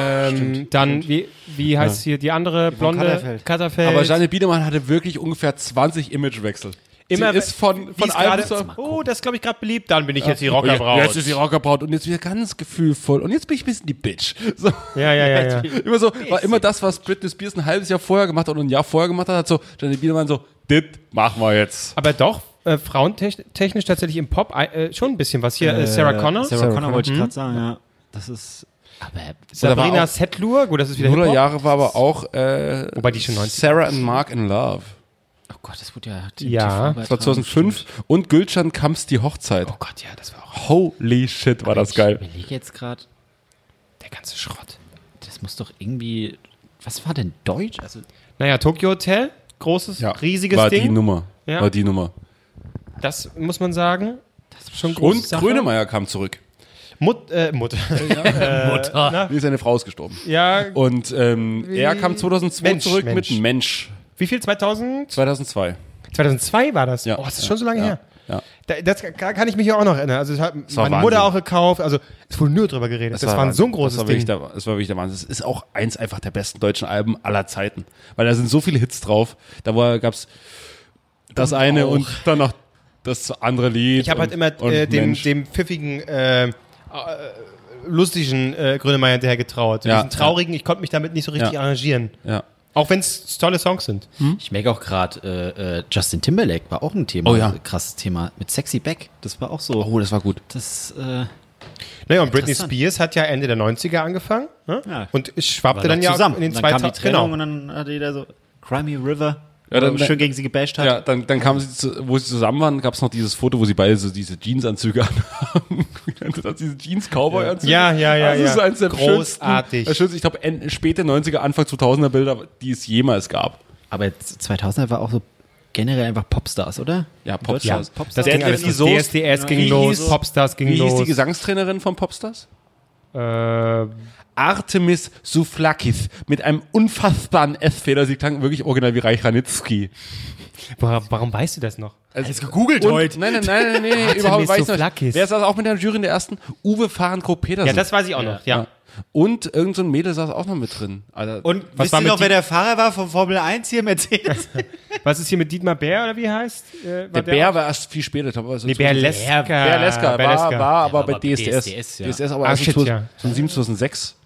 ähm, dann, wie, wie heißt hier die andere blonde
Katterfeld.
Katterfeld.
Aber Janne Biedemann hatte wirklich ungefähr 20 Imagewechsel.
Immer-
Sie ist von,
Die
von
ist
allem
gerade,
zu
oh, das ist, glaube ich, gerade beliebt. Dann bin ich jetzt die
Oh,
Rockerbraut.
Jetzt ist die Rockerbraut und jetzt wieder ganz gefühlvoll und jetzt bin ich ein bisschen die Bitch. [laughs] So.
Ja, ja, [laughs] ja, ja.
Immer so, war immer das, was Britney Spears ein halbes Jahr vorher gemacht hat und ein Jahr vorher gemacht hat, hat so Janine Biedermann so, dit machen wir jetzt.
Aber doch, äh, frauentechnisch tatsächlich im Pop äh, schon ein bisschen was hier. Äh, Sarah Connor,
Sarah, Connor wollte ich gerade sagen,
Hm?
ja. Das ist.
Aber
Sabrina Settlur, gut, das ist wieder
Nuller
Hip-Hop.
Jahre war aber auch äh,
Wobei die schon 90
Sarah and Mark in Love.
oh Gott, das wurde ja.
Ja,
Das war 2005 und Gülcan Kamps die Hochzeit.
Oh Gott, ja, das war auch
Holy shit, war das geil.
Ich überlege jetzt gerade,
der ganze Schrott.
das muss doch irgendwie. Was war denn Deutsch? Also,
Naja, Tokyo Hotel, großes, riesiges
war die
Ding.
Nummer.
Ja.
War die Nummer.
das muss man sagen. Das ist schon große
Und
Sache.
Grönemeyer kam zurück.
Mut, äh, Mut.
Nee, seine Frau ist gestorben.
ja,
Und ähm, er kam 2002
Mensch,
zurück
Mensch.
mit Mensch.
wie viel? 2000?
2002.
2002 war das?
Ja.
Oh, ist das schon so lange
Ja.
her?
Ja.
Da, das ka- kann ich mich ja auch noch erinnern. Also, das hat meine
war
Mutter auch
Wahnsinn.
gekauft. Also, es wurde nur drüber geredet. Das, war, so ein großes
das war
Ding.
wirklich Der, das war wirklich der Wahnsinn. Es ist auch eins einfach der besten deutschen Alben aller Zeiten. Weil da sind so viele Hits drauf. Da gab es das eine und dann noch das andere Lied.
Ich habe halt
und-
immer
und
äh, dem,
Mensch.
dem pfiffigen, äh, äh, lustigen äh, Grönemeyer hinterher getrauert.
Ja.
Diesen traurigen, ich konnte mich damit nicht so richtig
Ja.
arrangieren.
Ja.
Auch wenn es tolle Songs sind.
ich merke auch gerade, äh, äh, Justin Timberlake war auch ein Thema.
Oh ja.
Krasses Thema. Mit Sexy Back.
Das war auch so.
Oh, das war gut.
Das, äh,
Naja, und Britney
Interessant.
Spears hat ja Ende der 90er angefangen ne?
Ja.
und es schwappte dann
doch
ja
zusammen.
in den
dann kam die
2000
Trennung
Genau.
und dann hatte jeder so Crimey River,
Ja, dann-
wo schön gegen sie gebasht hat.
Ja, dann, dann kamen sie, zu, wo sie zusammen waren, gab es noch dieses Foto, wo sie beide so diese Jeansanzüge [laughs] anhaben. das diese Jeans-Cowboy-Anzüge.
Ja, ja, ja,
Das ist
ja.
eins der
Großartig.
schönsten- der schönsten, ich glaube, en- späte 90er, Anfang 2000er Bilder, die es jemals gab.
aber 2000er war auch so generell einfach Popstars, oder?
Ja,
Ja,
Popstars.
das ging alles los. DSDS ging
Wie
los,
hieß-
Popstars ging
Wie hieß die
los.
Gesangstrainerin von Popstars?
äh,
Artemis Souflakis mit einem unfassbaren S-Fehler. Sie klangen wirklich original wie Reich Ranitzky.
warum, warum weißt du das noch?
Also gegoogelt heute. Nein, nein,
[laughs]
nein, nein, nein, nein überhaupt weiß ich nicht.
Souflakis.
Wer saß auch mit der Jury in der ersten? Uwe Fahrenko-Petersen.
Ja, das weiß ich auch noch. Ja.
Also, Ja. Und irgendein so ein Mädel saß auch noch mit drin. Alter.
Und
Was
wisst
war
ihr
mit
noch, wer
die-
der Fahrer war von Formel 1 hier, Mercedes?
Was ist hier mit Dietmar Bär oder wie heißt? Äh,
der Bär war erst viel später. Ich glaube, also
Nee, Bärleska.
Bärleska, war, war aber
war
bei
aber
DSDS.
DSDS, ja.
DSDS aber
Ah,
erst
shit,
2000
ja.
2007, 2006.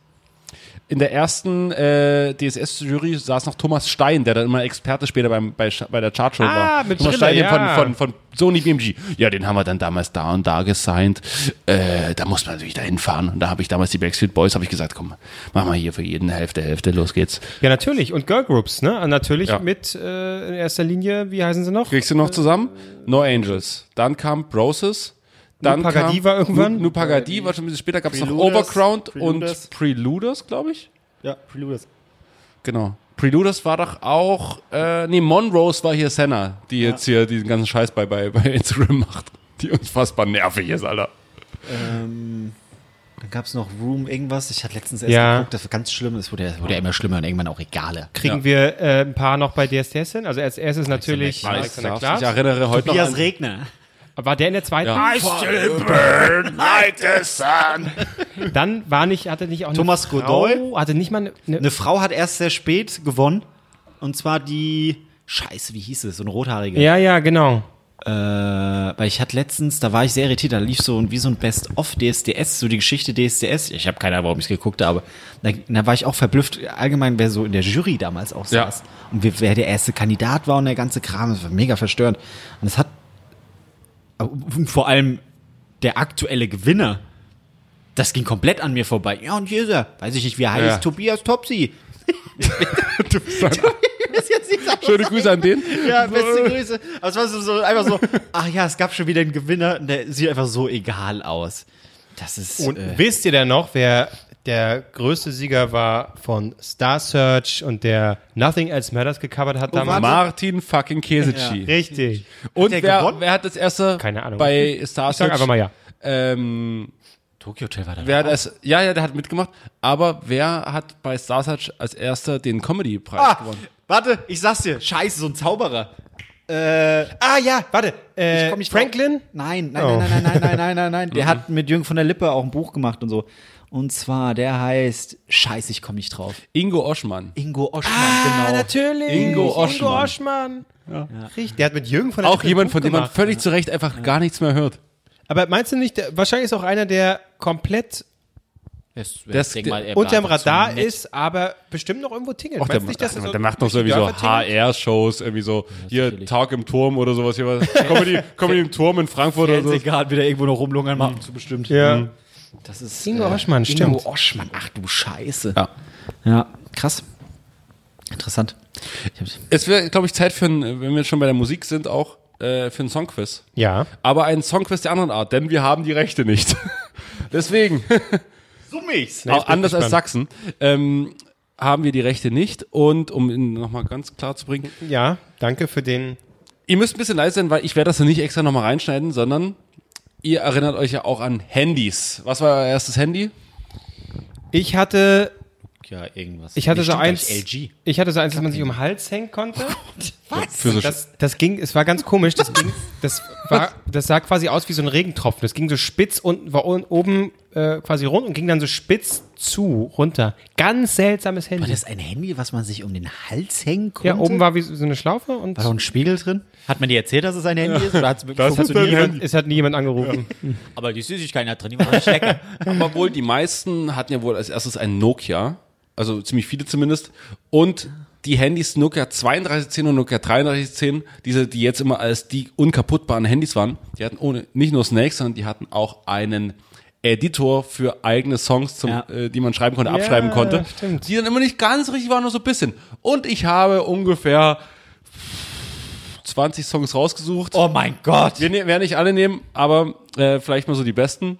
In der ersten äh, DSS-Jury saß noch Thomas Stein, der dann immer Experte später beim, bei, Sch- bei der Chartshow war.
Ah, mit
Thomas
Brille,
Stein hier
ja.
von, von, von Sony BMG. Ja, den haben wir dann damals da und da gesigned. Äh, da muss man natürlich dahin fahren. Und da habe ich damals die Backstreet Boys, habe ich gesagt, komm, mach mal hier für jeden Hälfte, Hälfte, los geht's.
Ja, natürlich. Und Girlgroups, ne? Und Natürlich
Ja.
mit äh, in erster Linie, wie heißen sie noch?
Kriegst du noch zusammen? No Angels. Dann kam Broses. Dann
Pagadi
kam,
war irgendwann?
Nu, Nu Pagadi war schon ein bisschen später. Gab es noch
Preluders,
Overground
Preluders.
und Preluders, glaube ich.
[laughs] ja, Preluders.
Genau. Preluders war doch auch. Äh, nee, Monrose war hier Senna, die jetzt hier diesen ganzen Scheiß bei, bei, bei Instagram macht. Die unfassbar nervig ist, Alter.
Ähm, dann gab es noch Room irgendwas. Ich hatte letztens erst
Ja.
geguckt, das war ganz schlimm. Das wurde ja,
Wurde ja immer schlimmer und irgendwann auch Regale.
Kriegen wir äh, ein paar noch bei DSDS hin? Also als erstes natürlich Alexander
Ich
Klaas.
erinnere heute noch.
Tobias
An,
Regner.
War der in der zweiten?
Ja.
Dann war nicht, hatte nicht auch eine
Thomas
Frau,
Godoy?
Hatte nicht mal eine,
Eine Frau hat erst sehr spät gewonnen. Und zwar die. Scheiße, wie hieß es? So eine rothaarige.
Ja, ja, genau.
Äh, weil ich hatte letztens, da war ich sehr irritiert, da lief so ein, wie so ein Best-of DSDS, so die Geschichte DSDS. Ich habe keine Ahnung, warum ich es geguckt habe. Da, da war ich auch verblüfft, allgemein, wer so in der Jury damals auch
Ja.
saß. Und wer, wer der erste Kandidat war und der ganze Kram, das war mega verstörend. Und es hat und vor allem der aktuelle Gewinner, das ging komplett an mir vorbei. Ja, und dieser, weiß ich nicht, wie er heißt,
Ja.
Tobias Topsi. Das ist jetzt nicht sagen.
[laughs] Schöne Grüße an den.
Ja, beste Grüße. Aber es war so, so einfach so, ach ja, es gab schon wieder einen Gewinner, und der sieht einfach so egal aus. Das ist.
Und
äh,
wisst ihr denn noch, wer der größte Sieger war von Star Search und der Nothing Else Matters gecovert
Oh,
hat damals?
Martin fucking Kesici.
Richtig.
Und
der
wer,
gewonnen?
wer hat das erste
Keine Ahnung.
bei Star
Ich sag einfach mal ja.
Ähm,
Tokyo Hotel war da.
Wer hat das, ja, ja, der hat mitgemacht, aber wer hat bei Star Search als erster den Comedy-Preis
ah,
gewonnen?
warte, ich sag's dir, scheiße, so ein Zauberer. Äh,
Ah ja, warte. Äh,
Ich komm nicht drauf.
Franklin?
nein, nein,
Oh.
nein, nein, nein, nein, nein, nein, nein, nein. Der hat mit Jürgen von der Lippe auch ein Buch gemacht und so. Und zwar, der heißt, scheiße, ich komme nicht drauf.
Ingo Oschmann.
Ingo Oschmann,
Ah,
genau.
natürlich.
Ingo
Ingo
Oschmann.
Oschmann. Richtig. Der hat mit Jürgen von der
Auch
Lippe
jemand,
ein
von
Buch
dem man
gemacht.
völlig zu Recht einfach gar nichts mehr hört.
Aber meinst du nicht, der, wahrscheinlich ist auch einer, der komplett
Das,
Das-
denk mal, er war
unterm
einfach zu
Radar
nett.
ist, aber bestimmt noch irgendwo tingelt.
Ach, der,
Meinst du
ach,
er
der macht noch so
durch die
irgendwie so
Dörfer tingelt?
HR-Shows, irgendwie so hier Tag im Turm oder sowas. Hier was. Comedy, Comedy im Turm in Frankfurt oder so.
gerade wieder irgendwo noch rumlungern, machen zu bestimmt.
Ja.
Das ist äh,
Ingo Oschmann,
Ingo
stimmt.
Oschmann, ach du Scheiße.
Ja.
Ja, krass. Interessant. Ich hab's-
Es wäre, glaube ich, Zeit für, ein, wenn wir jetzt schon bei der Musik sind, auch äh, für einen Songquiz.
Ja.
Aber einen Songquiz der anderen Art, denn wir haben die Rechte nicht. [laughs] Deswegen. So
jetzt
Auch
bin
anders
ich
als Sachsen. Ähm, haben wir die Rechte nicht und um nochmal ganz klar zu bringen,
Ja, danke für den.
ihr müsst ein bisschen leise sein, weil ich werde das ja nicht extra nochmal reinschneiden, sondern ihr erinnert euch ja auch an Handys. Was war euer erstes Handy?
Ich hatte,
Ja, irgendwas.
ich hatte
Nee,
so
stimmt
eins.
gar nicht, LG.
Ich hatte so eins, dass man sich um den Hals hängen konnte.
Für so
Das, das ging, es war ganz komisch. Das ging, das war, das sah quasi aus wie so ein Regentropfen. Das ging so spitz unten, war un- oben äh, quasi rund und ging dann so spitz zu runter. Ganz seltsames
War
Handy.
das ein Handy, was man sich um den Hals hängen konnte?
ja, oben war wie so so eine Schlaufe und
War da ein Spiegel drin? Hat man dir erzählt, dass es ein Handy ist? Oder hat's wirklich
Das ist
funktioniert?
ein Handy.
es hat nie jemand angerufen.
Aber die Süßigkeiten hat drin, die waren lecker.
Aber wohl die meisten hatten ja wohl als erstes ein Nokia, also ziemlich viele zumindest, und die Handys Nokia 3210 und Nokia 3310, diese, die jetzt immer als die unkaputtbaren Handys waren, die hatten ohne, nicht nur Snakes, sondern die hatten auch einen Editor für eigene Songs, zum,
Ja.
äh, die man schreiben konnte, abschreiben konnte,
stimmt.
die dann immer nicht ganz richtig waren, nur so ein bisschen. Und ich habe ungefähr 20 Songs rausgesucht.
Oh mein Gott.
Wir ne werden nicht alle nehmen, aber äh, vielleicht mal so die besten.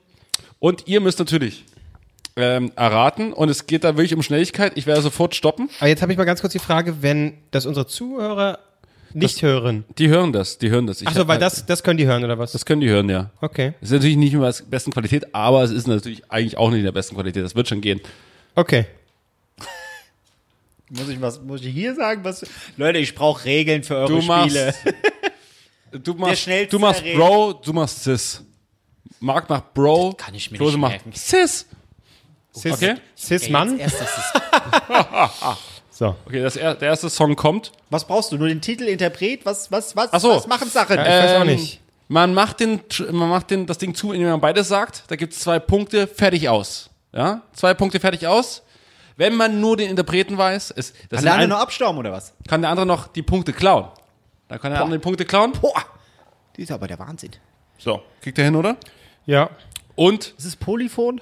Und ihr müsst natürlich ähm, erraten und es geht da wirklich um Schnelligkeit. Ich werde sofort stoppen.
Aber jetzt habe ich mal ganz kurz die Frage, wenn das unsere Zuhörer nicht hören.
Die hören das, die hören das. Ich
Achso, weil
hab- halt
das, das können die hören oder was?
Das können die hören, ja.
okay.
Ist natürlich nicht immer der besten Qualität, aber es ist natürlich eigentlich auch nicht in der besten Qualität. Das wird schon gehen.
Okay.
Muss ich, was, muss ich hier sagen? Was, Leute, ich brauche Regeln für eure
Du machst,
Spiele.
du machst,
schnellste
du machst
erregt.
Bro, du machst Sis. Marc macht Bro,
Das kann ich mir
Klose
nicht
macht
merken.
Sis.
Cis,
Okay.
Cis Mann.
Erst das ist
So.
Okay, das, er- der erste Song kommt.
Was braust du? Nur den Titel, Interpret? Was, was, was,
Ach so.
was machen Sachen? Ähm,
Ja, äh, ich weiß auch nicht.
Man macht, den, man macht den, das Ding zu, indem man beides sagt. Da gibt es zwei Punkte, fertig aus. Ja? Zwei Punkte, fertig aus. Wenn man nur den Interpreten weiß, ist, das
Kann
sind
der eine
alle,
nur abstauben oder was?
kann der andere noch die Punkte klauen. Dann kann der andere die Punkte klauen.
Boah, die ist aber der Wahnsinn.
So, kriegt er hin, oder?
Ja.
Und
Ist es Polyphon?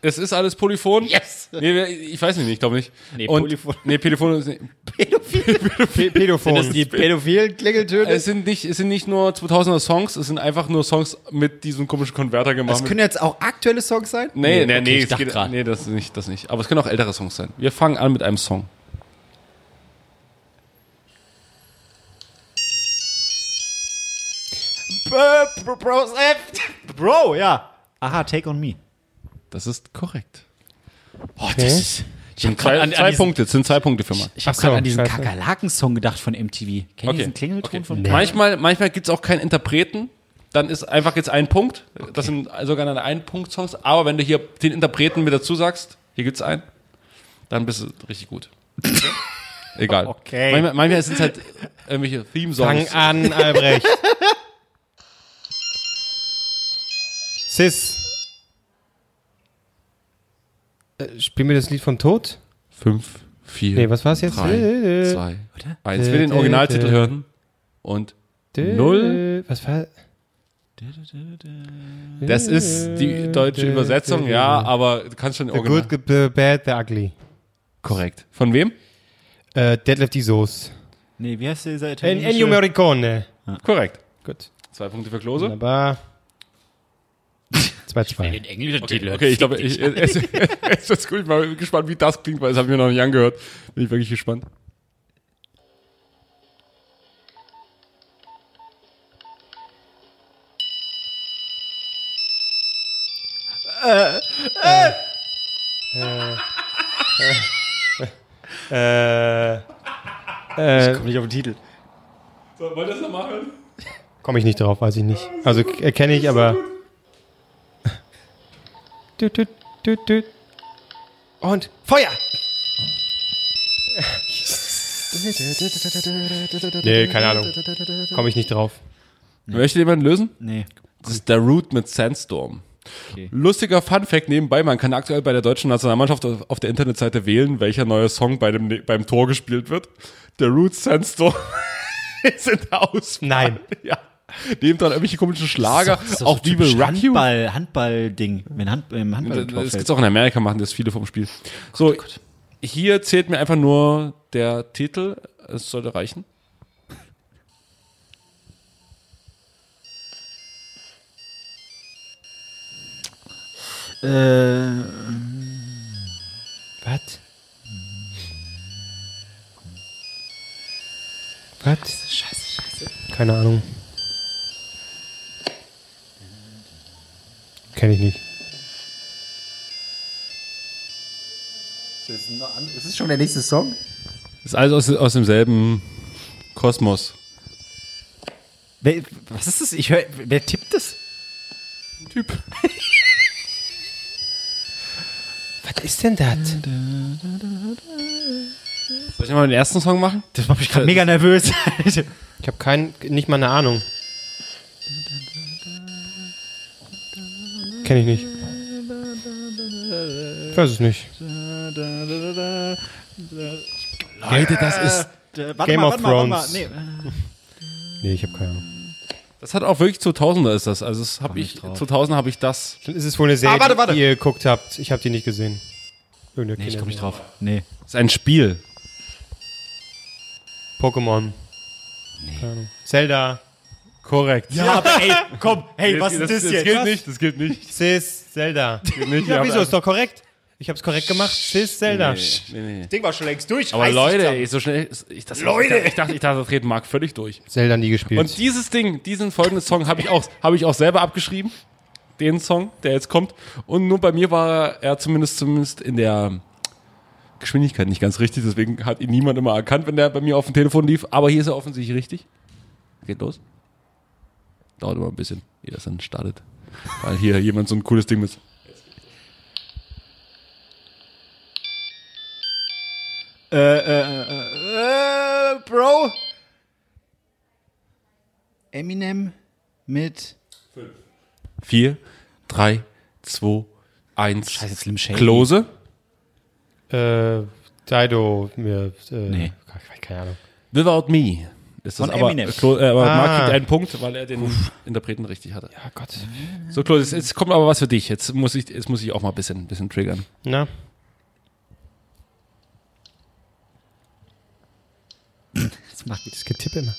es ist alles Polyphon.
Yes!
Nee, wir- ich weiß nicht, ich glaube nicht.
Nee,
Und,
Polyphon.
Nee, Polyphon ist nicht.
P Pädophon.
Das sind die pädophilen Klingeltöne.
Es sind nicht, es sind nicht nur 2000er Songs, es sind einfach nur Songs mit diesem komischen Konverter gemacht.
Das können jetzt auch aktuelle Songs sein.
Nee, nee, nee,
ich
es
dachte
geht,
grad.
nee das, ist nicht, das nicht. Aber es können auch ältere Songs sein. Wir fangen an mit einem Song.
Bro, Bro, Bro, ja. Aha, Take on Me.
Das ist korrekt.
Okay.
Ich hab zwei,
an- an
zwei
diesen-
Punkte, es sind zwei Punkte für Marc.
Ich habe
Ach so,
gerade an diesen
scheiße.
Kakerlaken-Song gedacht von MTV. Kennt ihr
Okay. Mhm.
diesen Klingelton von
Manchmal, manchmal gibt es auch keinen Interpreten. Dann ist einfach jetzt ein Punkt. Das sind sogar dann Ein-Punkt-Songs. Aber wenn du hier den Interpreten mit dazu sagst, hier gibt's einen, dann bist du richtig gut. Egal.
Okay.
Manchmal, manchmal sind es halt irgendwelche Theme-Songs.
Fang an, Albrecht. Sis. Äh, Spiel mir das Lied vom Tod?
Fünf, vier,
Nee, was war's jetzt?
drei, zwei, eins. Ich will den Originaltitel hören. Und null.
Was war?
das ist die deutsche Übersetzung, ja, aber du kannst schon den
The
Original.
Good, the Bad, the Ugly.
Korrekt. Von wem?
Äh, Deadlift die Soße.
Nee, wie heißt dieser
En- Ennio Morricone. Also?
Korrekt.
Gut.
Zwei Punkte für
[laughs]
Klose.
Wunderbar. 2-2.
den englischen Titel.
Okay, ich glaube, ich, es, es, es, ich mal gespannt, wie das klingt, weil das habe ich mir noch nicht angehört. Bin ich wirklich gespannt.
Ich komm nicht auf den Titel.
So, wollt ihr das nochmal hören?
Komme ich nicht drauf, weiß ich nicht. Also k- erkenne ich, aber. Du, du, du, du, und Feuer! Nee, keine Ahnung. Komme ich nicht drauf.
Möchte jemand lösen?
Nee.
Das ist der Root mit Sandstorm. Lustiger Funfact nebenbei, man kann aktuell bei der deutschen Nationalmannschaft auf auf der Internetseite wählen, welcher neue Song bei dem, ne, beim Tor gespielt wird. Der Root Sandstorm [laughs] ist in der Auswahl.
Nein.
Ja. Neben dann irgendwelche komischen Schlager,
Das ist doch
auch
so
die will
typisch
Rock You.
Handball, Handball-Ding. Wenn Hand, im oh Handball
Das gibt's auch in Amerika, machen das viele vom Spiel. So, hier zählt mir einfach nur der Titel. Es sollte reichen.
Was? Was? Scheiße, scheiße. Keine Ahnung. Kenne ich nicht.
Ist es schon der nächste Song?
Ist alles aus, aus demselben Kosmos.
Wer, was ist das? Ich höre, wer tippt das?
Typ.
Was ist denn das?
Soll ich mal den ersten Song machen?
Das macht mich gerade mega nervös. [laughs]
Ich habe keinen, nicht mal eine Ahnung. Kenne ich nicht. Ich weiß es nicht.
Leute, das ist.
Game of
mal, warte mal, warte
Thrones.
mal.
Nee, ich habe keine Ahnung.
Das hat auch wirklich 2000er ist das. Also das habe ich 2000 habe ich das.
Dann ist es wohl eine Serie,
Ah, warte, warte.
die ihr geguckt habt. Ich habe die nicht gesehen. Irgendeine
Nee, ich komme nicht
Kinderserie.
drauf. Nee.
Das ist ein Spiel.
Pokémon. Keine Ahnung. Zelda.
Korrekt. Ja,
aber ey, komm, hey,
gilt nicht, das gilt nicht.
Sis Zelda.
nicht
Ja, wieso? Ist doch korrekt. Ich habe es korrekt gemacht. Sis Zelda.
Ding war schon längst durch.
Aber Leute, ey, so schnell ich das Leute, ich dachte, ich dachte, das reden Marc völlig durch.
Zelda nie gespielt.
Und dieses Ding, diesen folgenden Song habe ich auch habe ich auch selber abgeschrieben. Den Song, der jetzt kommt und nur bei mir war er zumindest zumindest in der Geschwindigkeit nicht ganz richtig, deswegen hat ihn niemand immer erkannt, wenn der bei mir auf dem Telefon lief, aber hier ist er offensichtlich richtig. Geht los. Dauert immer ein bisschen, ehe das dann startet. Weil hier jemand so ein cooles Ding mit
Äh, äh, äh, äh, Bro. Eminem mit.
4, 3, 2, 1. Scheiße,
Slim Shady.
Klose.
äh, Dido. Mir, äh,
Nee.
Keine Ahnung.
Without Me. Ist das
Von
aber,
Eminem.
Klo, äh, aber
Ah.
Marc kriegt einen Punkt, weil er den Interpreten richtig hatte.
Ja, Gott.
So, Klo, jetzt, jetzt kommt aber was für dich. Jetzt muss ich, jetzt muss ich auch mal ein bisschen, bisschen triggern.
Na?
Das macht
Das Getippe immer.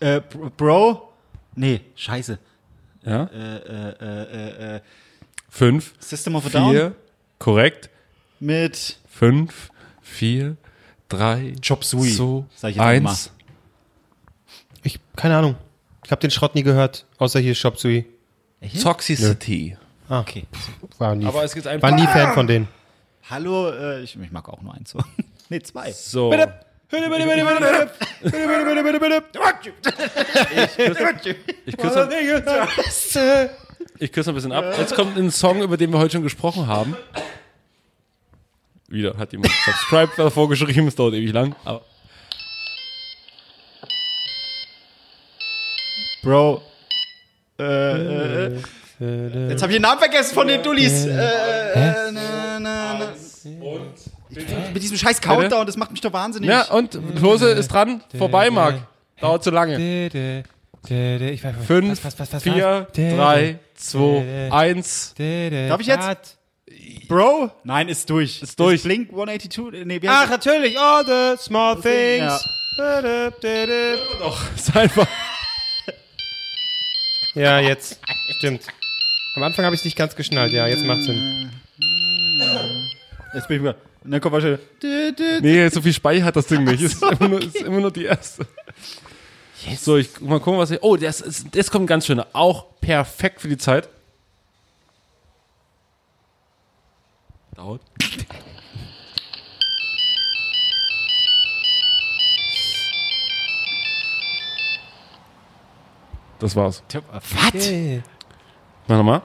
Äh, Bro? Nee, scheiße.
Ja?
Äh, äh, äh, äh, äh,
Fünf,
System of a Down?
vier, korrekt.
Mit
Fünf, vier, drei,
Chop Suey.
so,
Sag ich jetzt
eins.
Ich, keine Ahnung. Ich habe den Schrott nie gehört. Außer hier Shop Sui.
Toxicity.
Ah,
Okay.
War nie,
Aber es gibt einen
war nie Fan von denen.
Hallo, äh, ich, ich mag auch nur eins. [laughs] nee, zwei.
So. Ich küsse, ich küsse ein bisschen ab. Jetzt kommt ein Song, über den wir heute schon gesprochen haben. Wieder hat jemand subscribed davor geschrieben, es dauert ewig lang. Aber
Bro. Äh, äh, äh. Jetzt habe ich den Namen vergessen von den Dullis. Äh, äh, na, na, na. Mit diesem scheiß Countdown, das macht mich doch wahnsinnig.
ja, und Klose ist dran. Vorbei, Marc. Dauert zu lange.
Ich weiß,
Fünf, vier, drei, zwei, eins.
Darf ich jetzt? Bro? Nein, ist durch. Ist
durch.
Blink 182. äh, Nee, wie
Ach,
heißt
natürlich. All the small
Ja.
things. Ja,
Ist einfach.
jetzt. Stimmt. Am Anfang habe ich es nicht ganz geschnallt. Ja, jetzt macht Sinn.
das? Jetzt bin ich wieder. Na komm, warte. Dü, dü.
Nee, so viel Speicher hat das Ding nicht. Es ist, immer nur, es ist immer nur die erste. So, ich mal gucken, was ich. Oh, das, ist, das kommt ganz schön. Auch perfekt für die Zeit. Dauert. Das war's.
Was?
Mach nochmal.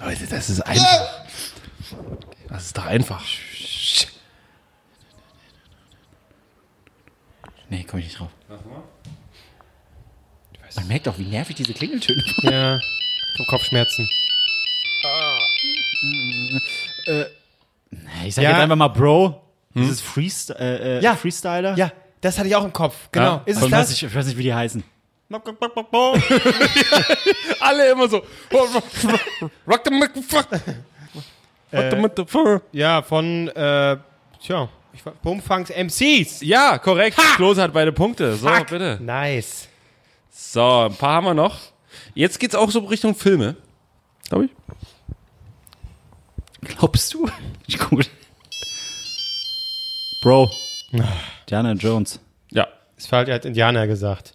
Leute, das ist einfach. Das ist doch einfach.
Nee, komme ich nicht drauf. Man merkt doch, wie nervig diese Klingeltöne sind.
Ja, ich hab Kopfschmerzen.
Ich sag
Ja.
jetzt einfach mal, Bro, das ist Freest äh, äh,
Ja.
Freestyler.
Ja, das hatte ich auch im Kopf. Genau.
Ja.
Ist es
Aber ich weiß,
das?
nicht, ich weiß nicht, wie die heißen.
Alle immer so. Rock the motherfucker. Rock the motherfucker.
Ja, von, äh, tja, ich war, Bumfangs MCs.
Ja, korrekt. Klose hat beide Punkte. So, bitte.
Nice.
So, ein paar haben wir noch. Jetzt geht's auch so Richtung Filme. Glaube ich.
Glaubst [laughs] du? Ich guck. Bro. Diana Jones.
Ja.
Ist falsch, halt, er hat Indianer gesagt.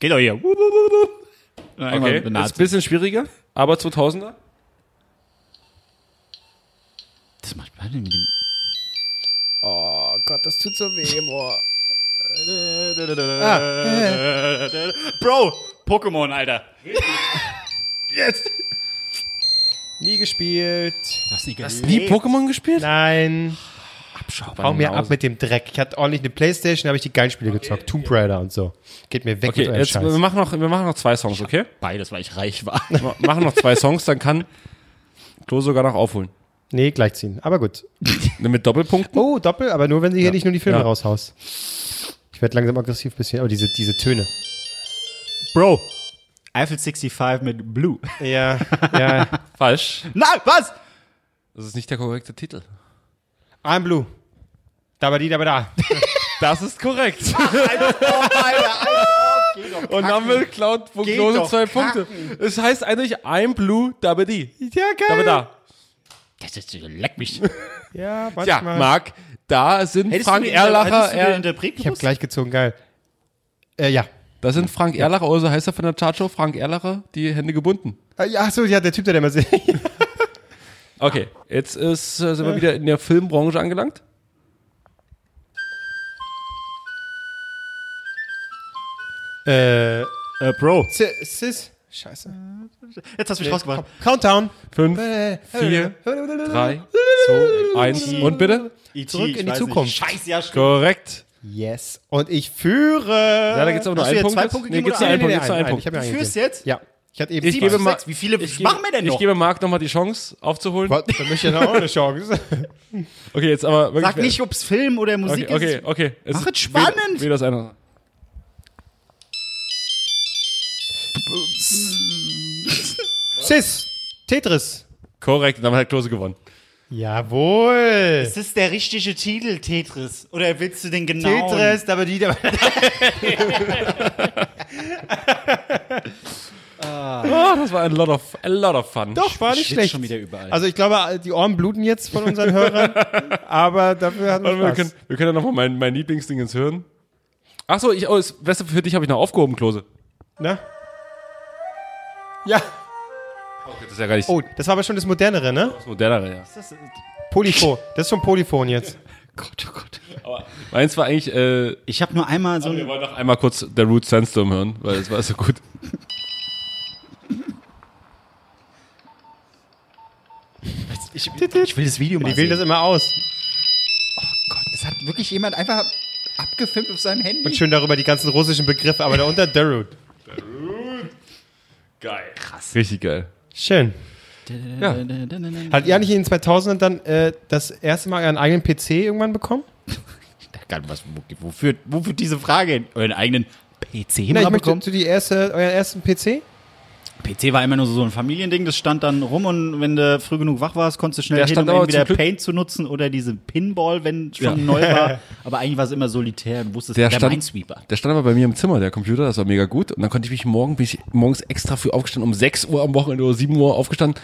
Geht doch hier. Wup, wup, wup, wup. Na,
Okay.
irgendwann
Ist ein
Nazi.
bisschen schwieriger, aber 2000er.
Das macht man mit dem.
Oh Gott, das tut so weh im Ohr.
Bro! Pokémon, Alter.
[laughs] Nie gespielt.
Nie Pokémon gespielt?
Nein.
Abschau,
Hau mir ab mit dem Dreck. Ich hatte ordentlich eine Playstation, da habe ich die geilen Spiele gezockt. Tomb Raider und so. Geht mir weg
Okay,
mit eurem
jetzt,
Scheiß.
wir, machen noch, wir machen noch zwei Songs, okay?
Beides, weil ich reich
[laughs]
war.
Wir machen noch zwei Songs, dann kann Klose sogar noch aufholen.
Nee, gleichziehen. Aber gut.
Mit Doppelpunkten?
Oh, Doppel, aber nur, wenn sie hier nicht nur die Filme
Ja.
raushaust. Ich werde langsam aggressiv ein bisschen. Aber diese, diese Töne.
Bro. Eiffel 65 mit Blue.
Ja, ja.
Falsch.
[laughs] Nein, was?
Das ist nicht der korrekte Titel.
[laughs] I'm Blue. Da war die, da war da.
Das ist korrekt. Und damit klaut Klose
doch
zwei Punkte. Es heißt eigentlich I'm Blue Dabba Di.
Ja,
Dabba Da.
Das ist, leck
[laughs]
mich.
Ja,
Ja,
manchmal.
Marc, da sind Frank Erlacher. Er,
ich habe gleich gezogen, geil. Äh, ja.
da sind Frank Erlacher, also heißt er von der Chartshow Frank Erlacher, die Hände gebunden.
Ah, ja, Ach so, ja, der Typ, der da immer singt.
Okay, jetzt ist, äh, sind wir wieder in der Filmbranche angelangt.
[laughs] äh,
Äh, Bro.
Si- Sis. Scheiße.
Jetzt hast du mich rausgebracht.
Countdown.
Fünf, vier, drei, zwei, eins und bitte.
E.T.,
Zurück in
E ich
die
weiß
Zukunft.
Nicht. Scheiße, ja, stimmt.
Korrekt.
Yes. Und ich führe.
Ja, da gibt's aber nur
Hast du
einen
jetzt
Punkt.
zwei Punkte
nee,
gegeben
gibt's
oder
nur einen
Nee, nee,
Punkt. Gibt's nur
um einen,
einen
einen. Ich
Punkt.
hab ja
Du
einen
führst
gegeben.
jetzt?
Ja. Ich habe eben
Ich
sieben.
gebe mal,
Sechs, wie viele
ich gebe,
machen wir denn
ich
noch?
gebe Marc nochmal die Chance aufzuholen.
Gott, für mich ja noch eine Chance.
Okay, jetzt aber wirklich.
Sag nicht, ob's Film oder Musik
Okay, okay, okay. Es
Mach
ist-
es spannend.
Wie, wie das einer.
[laughs] Sis. Tetris.
Korrekt, damit hat halt Klose gewonnen.
Jawohl.
ist. Das ist der richtige Titel, Tetris. Oder willst du den genau?
Tetris, aber die da.
Oh, das war ein lot of, a lot of fun.
Doch, war nicht schlecht.
schon wieder überall.
Also ich glaube, die Ohren bluten jetzt von unseren [laughs] Hörern. aber dafür hatten
Warte mal,
wir
Also wir, können,
Spaß.
wir können ja nochmal mein, mein Lieblingsding ins Hören. Achso, ich, oh, ist, weißt du, für dich habe ich noch aufgehoben, Klose.
Ne? Ja.
Das ist ja gar nicht
Oh, das war aber schon das Modernere, ne?
das Modernere, ja.
Polyphon. Das ist schon Polyphon jetzt.
Gott, oh Gott.
Meins war eigentlich, äh,
Ich habe nur einmal so
wir
ein.
wollen noch einmal kurz der Root Sandstorm hören, weil es war so gut.
Ich, ich will das Video mal
Die wählen das immer aus.
Das hat wirklich jemand einfach abgefilmt auf seinem Handy.
Und schön darüber die ganzen russischen Begriffe, aber darunter Derut.
Geil. Krass. Richtig geil.
Schön.
Ja.
Hat ihr nicht in den 2000ern dann äh, das erste Mal euren eigenen PC irgendwann bekommen?
Kann was, wo- wofür, wofür diese Frage? hin? Euren eigenen PC
Nein,
mal
ich möchte
bekommen?
zu die erste, euren ersten PC.
PC war immer nur so ein Familiending, das stand dann rum und wenn du früh genug wach warst, konntest du schnell
Der
hin,
stand
um
aber
entweder
zum Glück-
Paint zu nutzen oder diese Pinball, wenn schon neu
[laughs]
war. Aber eigentlich war es immer solitär und wusstest,
Der
der,
stand-
Minesweeper.
Der stand aber bei mir im Zimmer, der Computer, das war mega gut. Und dann konnte ich mich morgen, bin ich morgens extra früh aufgestanden, um 6 Uhr am Wochenende oder 7 Uhr aufgestanden,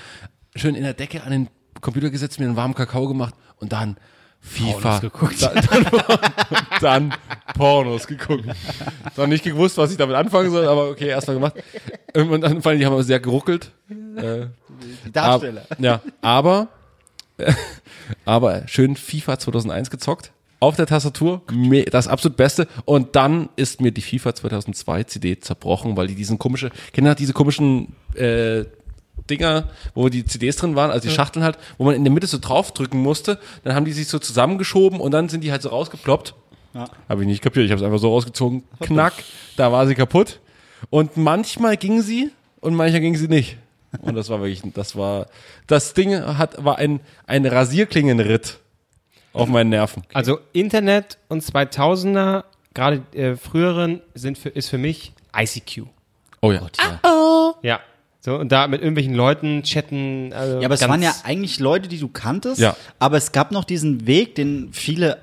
schön in der Decke an den Computer gesetzt, mir einen warmen Kakao gemacht und dann FIFA. Da, dann, [laughs] dann Pornos geguckt. Noch nicht gewusst, was ich damit anfangen soll, aber okay, erstmal gemacht. Und dann vor allem, die haben aber sehr geruckelt. Äh,
Die Darsteller.
Ab, ja, aber, [laughs] aber schön FIFA 2001 gezockt. Auf der Tastatur, me- das absolut Beste. Und dann ist mir die FIFA 2002 CD zerbrochen, weil die diesen komische, kennt ihr diese komischen äh, Dinger, wo die CDs drin waren, also die Schachteln halt, wo man in der Mitte so draufdrücken musste. Dann haben die sich so zusammengeschoben und dann sind die halt so rausgeploppt. Habe ich nicht kapiert, ich habe es einfach so rausgezogen. Knack, da war sie kaputt. Und manchmal ging sie und manchmal ging sie nicht. Und das war wirklich, das war, das Ding hat, war ein, ein Rasierklingenritt auf meinen Nerven.
Also Internet und 2000er, gerade äh, früheren, sind für, ist für mich ICQ.
Oh ja.
Ja. So, und da mit irgendwelchen Leuten chatten. Also
Ja, aber es
ganz-
waren ja eigentlich Leute, die du kanntest.
Ja.
Aber es gab noch diesen Weg, den viele.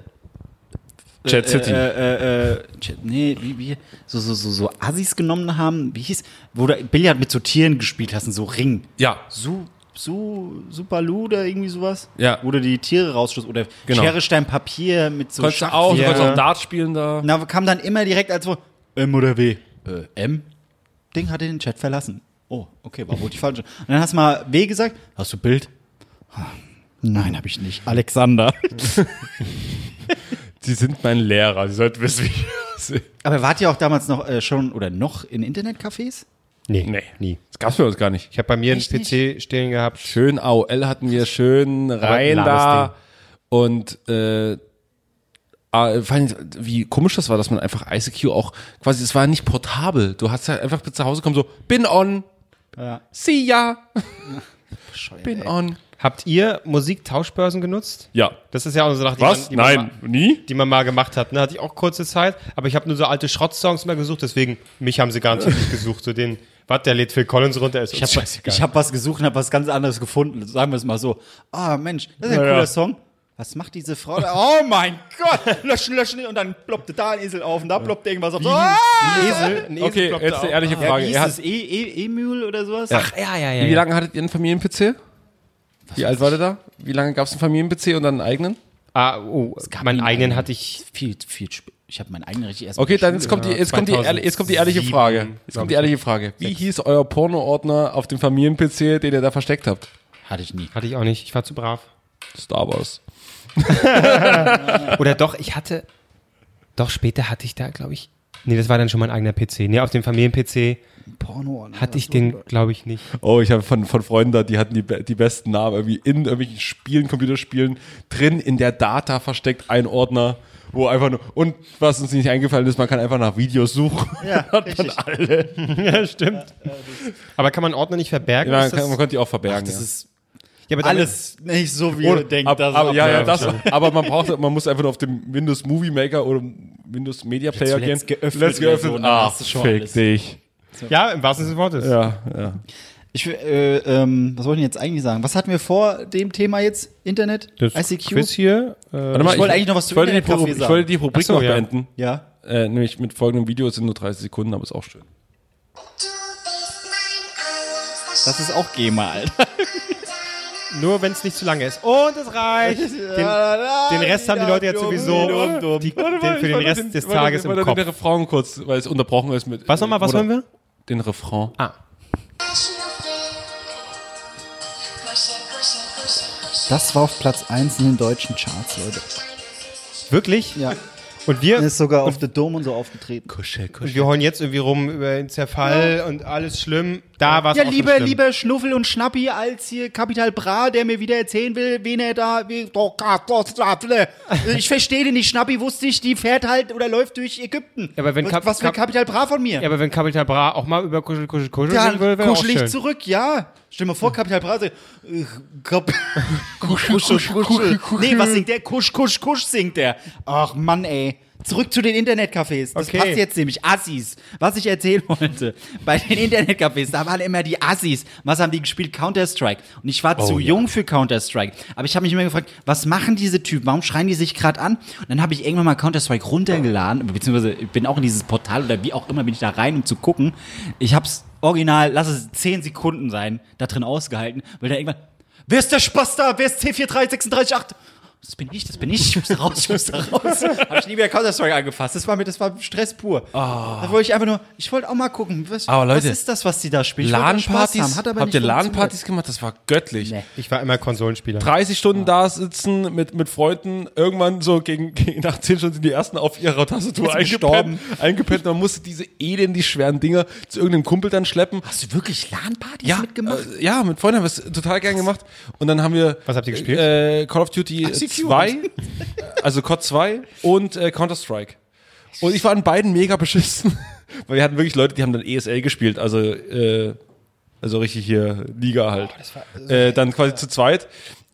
Chat City.
Äh, äh, äh, Chat- nee, wie, wie, so, so, so, so Assis genommen haben. Wie hieß. Wo du Billard mit so Tieren gespielt hast, in so Ring.
ja,
Su, su, Superlu oder irgendwie sowas.
Ja.
Wo du die Tiere rausschloss. Oder
Genau.
Schere, Stein, Papier mit so.
konntest du
Schach-
auch, du
Ja.
konntest auch Dart spielen da.
Na, kam dann immer direkt als so M oder W. Äh, M? Ding hat den Chat verlassen. Oh, okay, war wohl die falsche. Und dann hast du mal W gesagt. Hast du Bild? Nein, habe ich nicht. [laughs] Alexander.
Sie sind mein Lehrer, sie sollten wissen, wie ich aussehe.
Aber wart ihr auch damals noch äh, schon oder noch in Internetcafés?
Nee,
Nee.
nie.
Das gab's bei uns gar nicht.
Ich habe bei mir einen PC stehen gehabt.
Schön AOL hatten wir, schön rein da. Und äh, ah, vor allem, wie komisch das war, dass man einfach ICQ auch quasi, es war nicht portabel. Du hast ja einfach bis zu Hause kommen so, bin on, see ya, bin on.
Habt ihr Musiktauschbörsen genutzt?
Ja.
Das ist ja auch so eine Sache, die Man, die Man mal,
nie?
die man mal gemacht hat. Ne? Hatte ich auch kurze Zeit, aber ich habe nur so alte Schrottsongs mal gesucht, deswegen mich haben sie gar nicht gesucht. So den, was, der lädt Phil Collins runter, ist uns scheißegal.
Ich habe was gesucht und habe was ganz anderes gefunden. Sagen wir es mal so. Ah, Mensch, das ist ein
Na ja.
cooler Song. Was macht diese Frau da? Oh mein [laughs] Gott! Löschen, löschen! Und dann ploppte da ein Esel auf und da ploppte irgendwas auf. Ah!
Ein Esel, ein Esel
Okay,
ploppte
jetzt
auf.
eine ehrliche Frage.
Wie
Er
hieß es?
hat,
E e Emul oder sowas?
Ach, ja, ja, ja.
wie
ja.
lange hattet ihr einen Familien-PC? Wie alt war der da? Wie lange gab's einen Familien-PC und dann einen eigenen?
Ah, oh, meinen eigenen hatte ich
Viel, viel spät. Ich habe meinen eigenen richtig erst.
Okay, dann jetzt kommt die, jetzt kommt die, ehrli- jetzt kommt die ehrliche
2007,
Frage. Jetzt kommt die
glaub
ehrliche Frage. Wie hieß euer Porno-Ordner auf dem Familien-PC, den ihr da versteckt habt?
Hatte ich nie.
Hatte ich auch nicht. Ich war zu brav.
Star Wars.
Oder doch, ich hatte. Doch, später hatte ich da, glaube ich. Nee, das war dann schon mein eigener PC. Nee, auf dem Familien-PC
Porno. ne?
hatte ich den, glaube ich, nicht.
Oh, ich habe von, von Freunden da, die hatten die, be- die besten Namen irgendwie in irgendwelchen Spielen, Computerspielen, drin in der Data versteckt ein Ordner, wo einfach nur, und was uns nicht eingefallen ist, man kann einfach nach Videos suchen. Ja, hat man
[laughs]
alle.
ja, stimmt. Aber kann man Ordner nicht verbergen?
Ja,
Ist das-
kann, man könnte die auch verbergen. ja.
ja, aber damit-
Alles nicht so, wie
Oder-
ihr denkt.
ab,
dass es
ab, ja, ja,
abläuft.
das, aber man braucht, man muss einfach nur auf den Windows Movie Maker oder Windows Media Player gehen.
zuletzt geöffnet
Let's geöffnet.
Version, dann
Ah,
hast du schon
fick
alles. Äh,
dich.
ja, im wahrsten Sinne des Wortes.
Ja, ja.
Ich, will, äh, ähm, was wollte ich denn jetzt eigentlich sagen? Was hatten wir vor dem Thema jetzt? Internet?
Das
ICQ?
Quiz hier. Äh,
ich wollte eigentlich noch was zu
ich wollte, die,
Internetcafé
Rubrik- ich
sagen.
wollte die Rubrik
Ach so,
noch
ja.
beenden.
Ja.
Äh, nämlich mit folgendem Video, es sind nur 30 Sekunden, aber ist auch schön.
Das ist auch GEMA, Alter.
[laughs]
nur wenn es nicht zu lange ist. Und es reicht. [laughs]
Ah,
Den, den Rest haben die Leute jetzt sowieso die, den, für den Rest des Tages im
Der
Kopf.
Refrain kurz, weil es unterbrochen ist mit.
Was nochmal, was
Oder-
hören wir?
Den Refrain.
Ah.
Das war auf Platz 1 in den deutschen Charts, Leute.
Wirklich?
Ja.
Und wir,
Er [laughs] ist sogar auf The Dome und so aufgetreten.
und wir heulen jetzt irgendwie rum über den Zerfall und alles schlimm. Da war es
Ja,
auch
lieber,
schon schlimm.
lieber Schnuffel und Schnappi als hier Kapital Bra, der mir wieder erzählen will, wen er da. wie- Oh Gott, Gott, Gott, ne.
[laughs]
Ich verstehe den nicht. Schnappi wusste ich, die fährt halt oder läuft durch Ägypten.
Ja, aber wenn
was,
Kap-
was will
Kap-
Kapital Bra von mir?
Ja, aber wenn Kapital Bra auch mal über Kuschel, Kuschel, Kuschel
Ja,
singen würde, wäre auch
kuschel ich
schön.
zurück, ja. Stell dir mal vor, Kapital Bra sagt, äh, Kap- kuschel, kuschel, kuschel. Nee, was singt der? Kusch, kusch, kusch singt der. Ach Mann, ey. Zurück zu den Internetcafés. Das
Okay.
passt jetzt nämlich. Assis. Was ich erzählen wollte. Bei den Internetcafés, da waren immer die Assis. Was haben die gespielt? Counter-Strike. Und ich war zu jung für Counter-Strike. Aber ich habe mich immer gefragt, was machen diese Typen? Warum schreien die sich gerade an? Und dann habe ich irgendwann mal Counter-Strike runtergeladen. Beziehungsweise ich bin auch in dieses Portal oder wie auch immer bin ich da rein, um zu gucken. Ich hab's original, lass es 10 Sekunden sein, da drin ausgehalten. Weil da irgendwann, Wer ist der Spaß da? Wer ist C43368?
das bin ich, das bin ich, ich muss da raus, ich muss da [laughs] raus. Habe ich nie wieder Counter-Strike angefasst. Das war mir, das war Stress pur. Da wollte ich einfach nur, ich wollte auch mal gucken, was,
Aber Leute,
was ist das, was die da spielen? Ich wollte auch Spaß
LAN-Partys?
haben, hat aber
Habt
nicht
ihr
funktioniert.
LAN-Partys gemacht? Das war göttlich.
Ich war immer Konsolenspieler.
30 Stunden da sitzen mit, mit Freunden, irgendwann so gegen, [laughs] gegen nach 10 Stunden sind die ersten auf ihrer Tastatur eingepennt,
gestorben.
eingepennt. Man musste diese elendig schweren Dinger zu irgendeinem Kumpel dann schleppen.
Hast du wirklich LAN-Partys
Ja,
mitgemacht?
Äh, ja, mit Freunden haben wir es total gern gemacht. Und dann haben wir.
Was habt ihr gespielt?
Äh, Call of Duty 2, äh, [laughs] also COD 2 und äh, Counter-Strike. Und ich war an beiden mega beschissen. [laughs] Weil wir hatten wirklich Leute, die haben dann ESL gespielt, also, äh, also richtig hier Liga halt. äh, dann quasi zu zweit.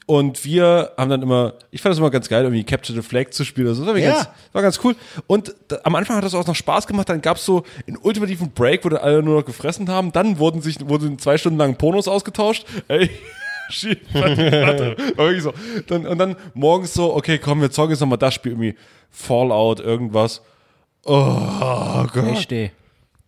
Und wir haben dann immer, ich fand das immer ganz geil, irgendwie Capture the Flag zu spielen. oder so. Das war,
Ja.
ganz, war ganz cool. Und da, am Anfang hat das auch noch Spaß gemacht. Dann gab es so einen ultimativen Break, wo dann alle nur noch gefressen haben. Dann wurden sich wurden zwei Stunden lang Pornos ausgetauscht. Ey. [laughs] shit, warte, warte. War wirklich so. Dann, und dann morgens so, okay, komm, wir zocken jetzt nochmal das Spiel irgendwie. Fallout, irgendwas. Oh Gott.
Ich stehe.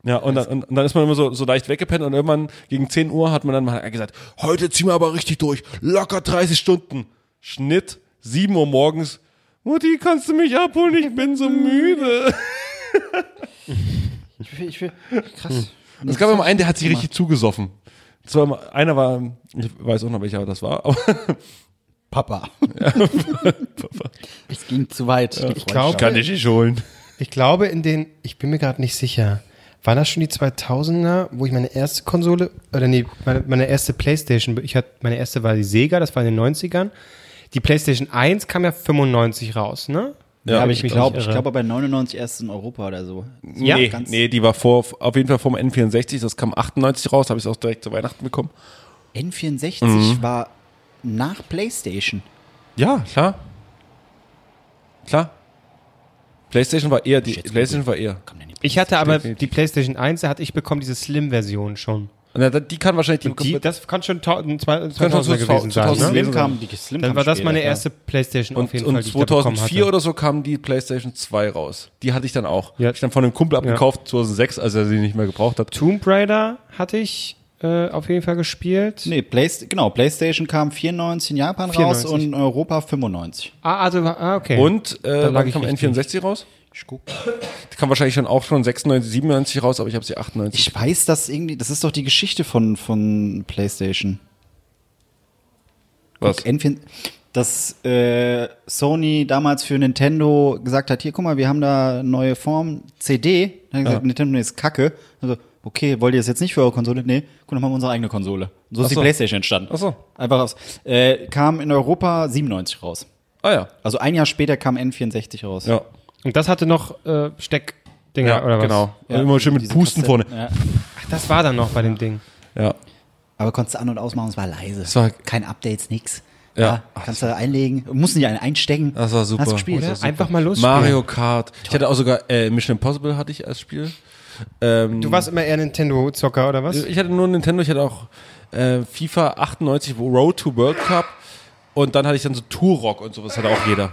Ja, und dann, und dann ist man immer so, so leicht weggepennt und irgendwann gegen 10 Uhr hat man dann mal gesagt, heute ziehen wir aber richtig durch, locker 30 Stunden. Schnitt, 7 Uhr morgens, Mutti, kannst du mich abholen, ich bin so müde.
Ich will, krass.
Hm. Es gab immer einen, der hat sich richtig zugesoffen. Das war immer, einer war, ich weiß auch noch welcher das war, aber
[laughs]
Papa. Es ging zu weit.
Ich glaube,
kann ich nicht holen.
ich glaube in den, ich bin mir gerade nicht sicher, waren das schon die 2000er, wo ich meine erste Konsole, oder nee, meine, meine erste Playstation, ich hatte, meine erste war die Sega, das war in den 90ern. Die Playstation 1 kam ja 95 raus, ne?
Ja,
Hab
aber
mich
Ich glaube,
nicht
ich
irre.
glaube bei 99 erst in Europa oder so.
Ja,
nee,
ganz-
nee, die war vor, auf jeden Fall vom N64, das kam 98 raus, habe ich auch direkt zu Weihnachten bekommen.
N64 war nach PlayStation.
Ja, klar. Klar. PlayStation war eher, die PlayStation war eher.
Ich hatte aber die Playstation 1, da hatte ich bekommen diese Slim-Version schon.
Und da- die kann wahrscheinlich die,
Und die, das kann schon 1000
kann schon
2000er gewesen sein,
2000
ne?
gewesen sein.
die Slim
Dann war das meine erste Playstation auf
Und,
jeden
und
Fall, die ich da bekommen
2004
hatte.
oder so kam die PlayStation 2 raus. Die hatte ich dann auch.
Ja.
Hab ich dann von einem Kumpel abgekauft 2006, als er sie nicht mehr gebraucht hat.
Tomb Raider hatte ich äh, auf jeden Fall gespielt.
Nee, Playst genau, PlayStation kam 94 in Japan
94.
raus und in Europa 95.
Ah, also, ah, okay.
Und äh,
lag
wann
ich
kam
richtig.
N64 raus? Die kam wahrscheinlich dann auch schon 96, 97 raus, aber ich habe sie 98.
Ich weiß das irgendwie, das ist doch die Geschichte von, von PlayStation.
Was?
N4 dass äh, Sony damals für Nintendo gesagt hat, hier, guck mal, wir haben da neue Form, CD. Dann hat gesagt, Nintendo nee, ist kacke. Also, okay, wollt ihr das jetzt nicht für eure Konsole? Nee, guck, dann machen wir unsere eigene Konsole. Und so ist
so.
die Playstation entstanden.
Ach so.
Einfach aus. Äh, kam in Europa 97 raus.
Ah ja.
Also ein Jahr später kam N64 raus.
Ja,
Und das hatte noch äh, Steckdinger
ja,
oder was?
genau.
Ja, also
immer schön mit
diese
Pusten
Kassette. ne?
vorne.
Ja.
Ach, das war dann noch bei dem Ding.
Ja.
Aber konntest du an- und ausmachen, es war leise. Es
war-
Kein Updates, nix.
Ja.
kannst du einlegen, musst nicht einen einstecken.
Das war super.
Hast gespielt.
Das war
Oder?
super.
Einfach mal losspielen.
Mario Kart. Ich hatte auch sogar äh, Mission Impossible hatte ich als Spiel. Ähm,
Du warst immer eher Nintendo-Zocker oder was?
ich hatte nur Nintendo, ich hatte auch äh, FIFA 98 wo Road to World Cup und dann hatte ich dann so Turok und sowas hatte auch jeder.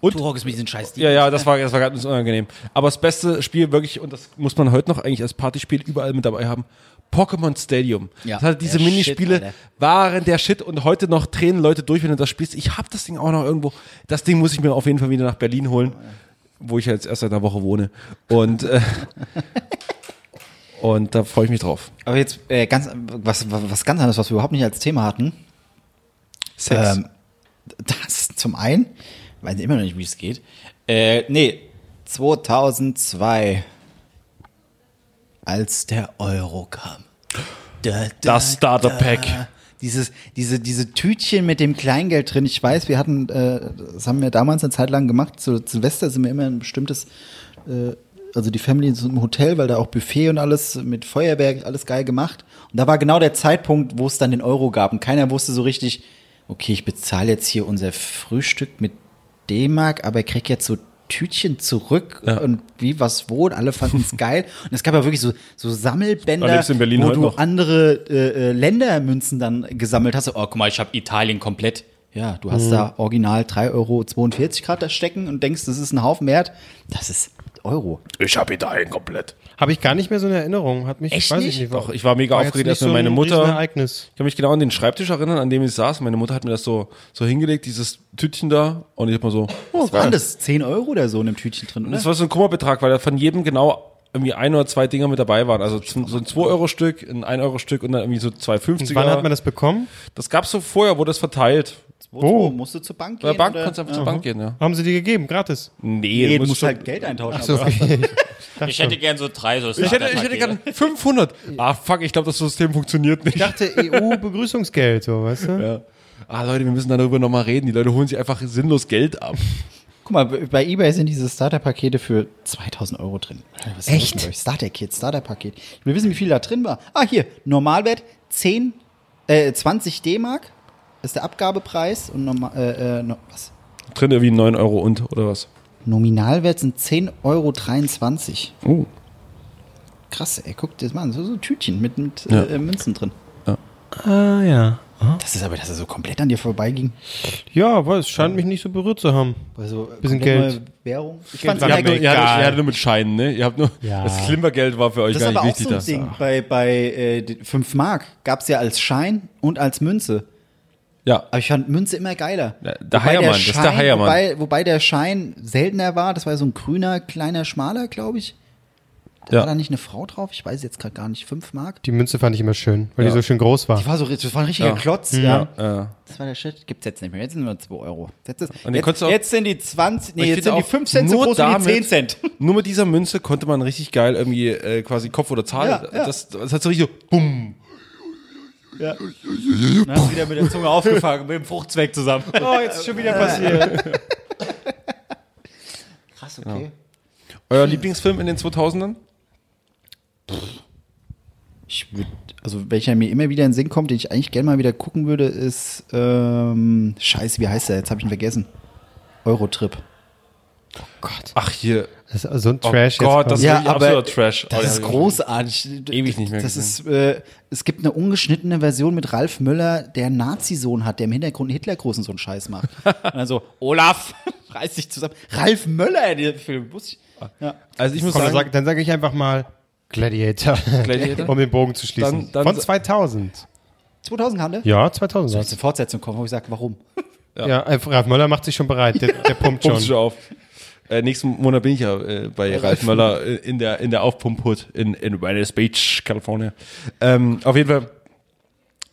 Und
Turok ist mit diesen scheiß
ja, ja, das war das war ganz unangenehm. Aber das beste Spiel wirklich und das muss man heute noch eigentlich als Partyspiel überall mit dabei haben. Pokémon Stadium.
Ja.
das hatte diese
Der Shit,
Minispiele
Alter.
waren der Shit und heute noch tränen Leute durch, wenn du das spielst. Ich hab das Ding auch noch irgendwo. Das Ding muss ich mir auf jeden Fall wieder nach Berlin holen, wo ich ja jetzt erst seit einer Woche wohne. Und äh, [laughs] und da freue ich mich drauf.
Aber jetzt äh, ganz was, was was ganz anderes, was wir überhaupt nicht als Thema hatten.
Sex.
Ähm, das zum einen, weiß ich immer noch nicht, wie es geht. Äh, nee, 2002, als der Euro kam. Da, da,
Das Starter Pack.
da. Dieses, diese, diese Tütchen mit dem Kleingeld drin. Ich weiß, wir hatten, äh, das haben wir damals eine Zeit lang gemacht. Zu Silvester sind wir immer in ein bestimmtes, äh, also die Family ist im Hotel, weil da auch Buffet und alles mit Feuerwerk, alles geil gemacht. Und da war genau der Zeitpunkt, wo es dann den Euro gab. Und keiner wusste so richtig, okay, ich bezahle jetzt hier unser Frühstück mit D-Mark, aber krieg jetzt so Tütchen zurück und wie, was, wo und alle fanden
[laughs]
es geil. Und es gab ja wirklich so, so
Da
Sammelbänder,
lebst du in Berlin
wo
heute
du
noch.
andere äh, äh, Ländermünzen dann gesammelt hast. Oh, guck mal, ich habe Italien komplett. Ja, du hast da original 3,42 Euro gerade da stecken und denkst, das ist ein Haufen Wert. Das ist
8 Euro.
Ich habe ihn dahin komplett.
Habe ich gar nicht mehr so eine Erinnerung. Hat mich,
Echt
weiß
nicht?
ich nicht.
Doch, ich war mega
jetzt
aufgeregt,
nicht
als mir meine
ein
Mutter-
Riesenereignis.
Ich kann mich genau an den Schreibtisch erinnern, an dem ich saß. Meine Mutter hat mir das so, so hingelegt, dieses Tütchen da. Und ich hab mal so, oh,
Was waren das? 10 Euro oder so in dem Tütchen drin,
Das
oder?
war so ein Kummerbetrag, weil da von jedem genau irgendwie ein oder zwei Dinger mit dabei waren. Also zum, so ein 2-Euro-Stück, ein 1-Euro-Stück und dann irgendwie so zwei 50er.
Wann hat man das bekommen?
das gab's so vorher, wurde das verteilt.
Wo?
Musst du zur Bank
Bei
gehen?
der Bank
oder?
konntest du einfach zur Bank gehen, ja.
Haben sie die gegeben, gratis.
[laughs] Nee,
Nee,
du
du musst
schon-
halt Geld eintauschen.
So,
aber-
okay.
Ich hätte gern so drei so
ich hätte, ich
[laughs]
hätte gern 500. Ah, fuck, ich glaube, das System funktioniert
Ich
nicht.
dachte EU-Begrüßungsgeld, E so, weißt du?
Ja. Ah, Leute, wir müssen darüber nochmal reden. Die Leute holen sich einfach sinnlos Geld ab.
Guck mal, bei eBay sind diese Starterpakete für 2000 Euro drin. Alter, was ist los mit euch? Starter-Kit, Starterpaket. Ich will wissen, wie viel da drin war. Ah, hier, Normalwert 10, äh, 20 D-Mark ist der Abgabepreis und normal, äh, äh, no, was?
Drin irgendwie 9 Euro und, oder was?
Nominalwert sind 10,23 Euro.
Oh.
Krass, ey, guck dir das mal an. So, so Tütchen mit, mit
Ja.
äh, Münzen drin.
Ah, ja.
Das ist aber, dass er so komplett an dir vorbeiging.
Ja, aber es scheint mich nicht so berührt zu haben.
Also, äh,
Bisschen
komplett
Geld.
neue Währung. Ich
Geld
fand's
war
Ihr
mir
habt, nur, ihr,
egal.
hattet, ihr hattet nur mit Scheinen, ne? Ihr habt nur,
Ja.
das Klimpergeld war für euch
Das
gar
ist
nicht
aber auch
wichtig.
so ein
das-
Ding. Bei, bei äh, die 5 Mark gab es ja als Schein und als Münze.
Ja,
Aber ich fand Münze immer geiler.
Ja, der Heiermann, das ist der Heiermann.
Wobei, wobei der Schein seltener war. Das war so ein grüner, kleiner, schmaler, glaube ich. Da
Ja.
war da nicht eine Frau drauf? Ich weiß jetzt gerade gar nicht. 5 Mark?
Die Münze fand ich immer schön, weil die so schön groß war.
Die war so, ri- das war ein richtiger
Ja.
Klotz. Ja.
äh,
Das war der Shit. Gibt's jetzt nicht mehr. Jetzt sind nur 2 Euro. Jetzt, ist,
den konntest
jetzt,
du auch-
jetzt sind die 20, nee,
Ich
jetzt
finde
sind die
auch,
5 Cent so
nur
groß wie die
damit-
10
[laughs]
Cent.
Nur mit dieser Münze konnte man richtig geil irgendwie äh, quasi Kopf oder Zahl.
Ja, ja.
Das, das hat so richtig so, bumm.
Ne?
Dann hast du wieder mit der Zunge aufgefangen, mit dem Fruchtzweck zusammen.
Oh, jetzt ist schon
Äh,
wieder passiert.
Krass, okay. Hm.
Euer Lieblingsfilm in den 2000ern?
Ich würd, also welcher mir immer wieder in den Sinn kommt, den ich eigentlich gerne mal wieder gucken würde, ist ähm, Scheiße, wie heißt der? Jetzt habe ich ihn vergessen. Eurotrip.
Ach hier.
Das ist so ein Trash
oh Gott, das
jetzt.
ist
Ja,
wirklich
aber
absoluter Trash.
Das
Oh, ja,
ist
ja.
großartig.
Ewig nicht mehr
Das ist, äh, es gibt eine ungeschnittene Version mit Ralf Möller, der einen Nazi-Sohn hat, der im Hintergrund einen Hitlergroßen so einen Scheiß
[laughs]
macht. Und dann so, Olaf, [laughs] reiß dich zusammen. Ralf Möller in dem Film. Wusste ich. Ja.
Also ich muss
Komm, dann
sagen,
sage sag ich einfach mal Gladiator, [laughs]
Gladiator?
um den Bogen zu schließen.
Dann- dann
Von
sa-
2000.
2000 haben wir.
Ja, 2000. war's.
Zur Fortsetzung kommen, wo ich sage, warum?
Ja, äh, Ralf Möller macht sich schon bereit. Der,
[laughs]
der pumpt
pumpst du
schon.
auf. Äh, nächsten Monat bin ich ja äh, bei Ralf Möller äh, in der, in der Aufpump-Hood in, in Venice Beach, California. Ähm, auf jeden Fall,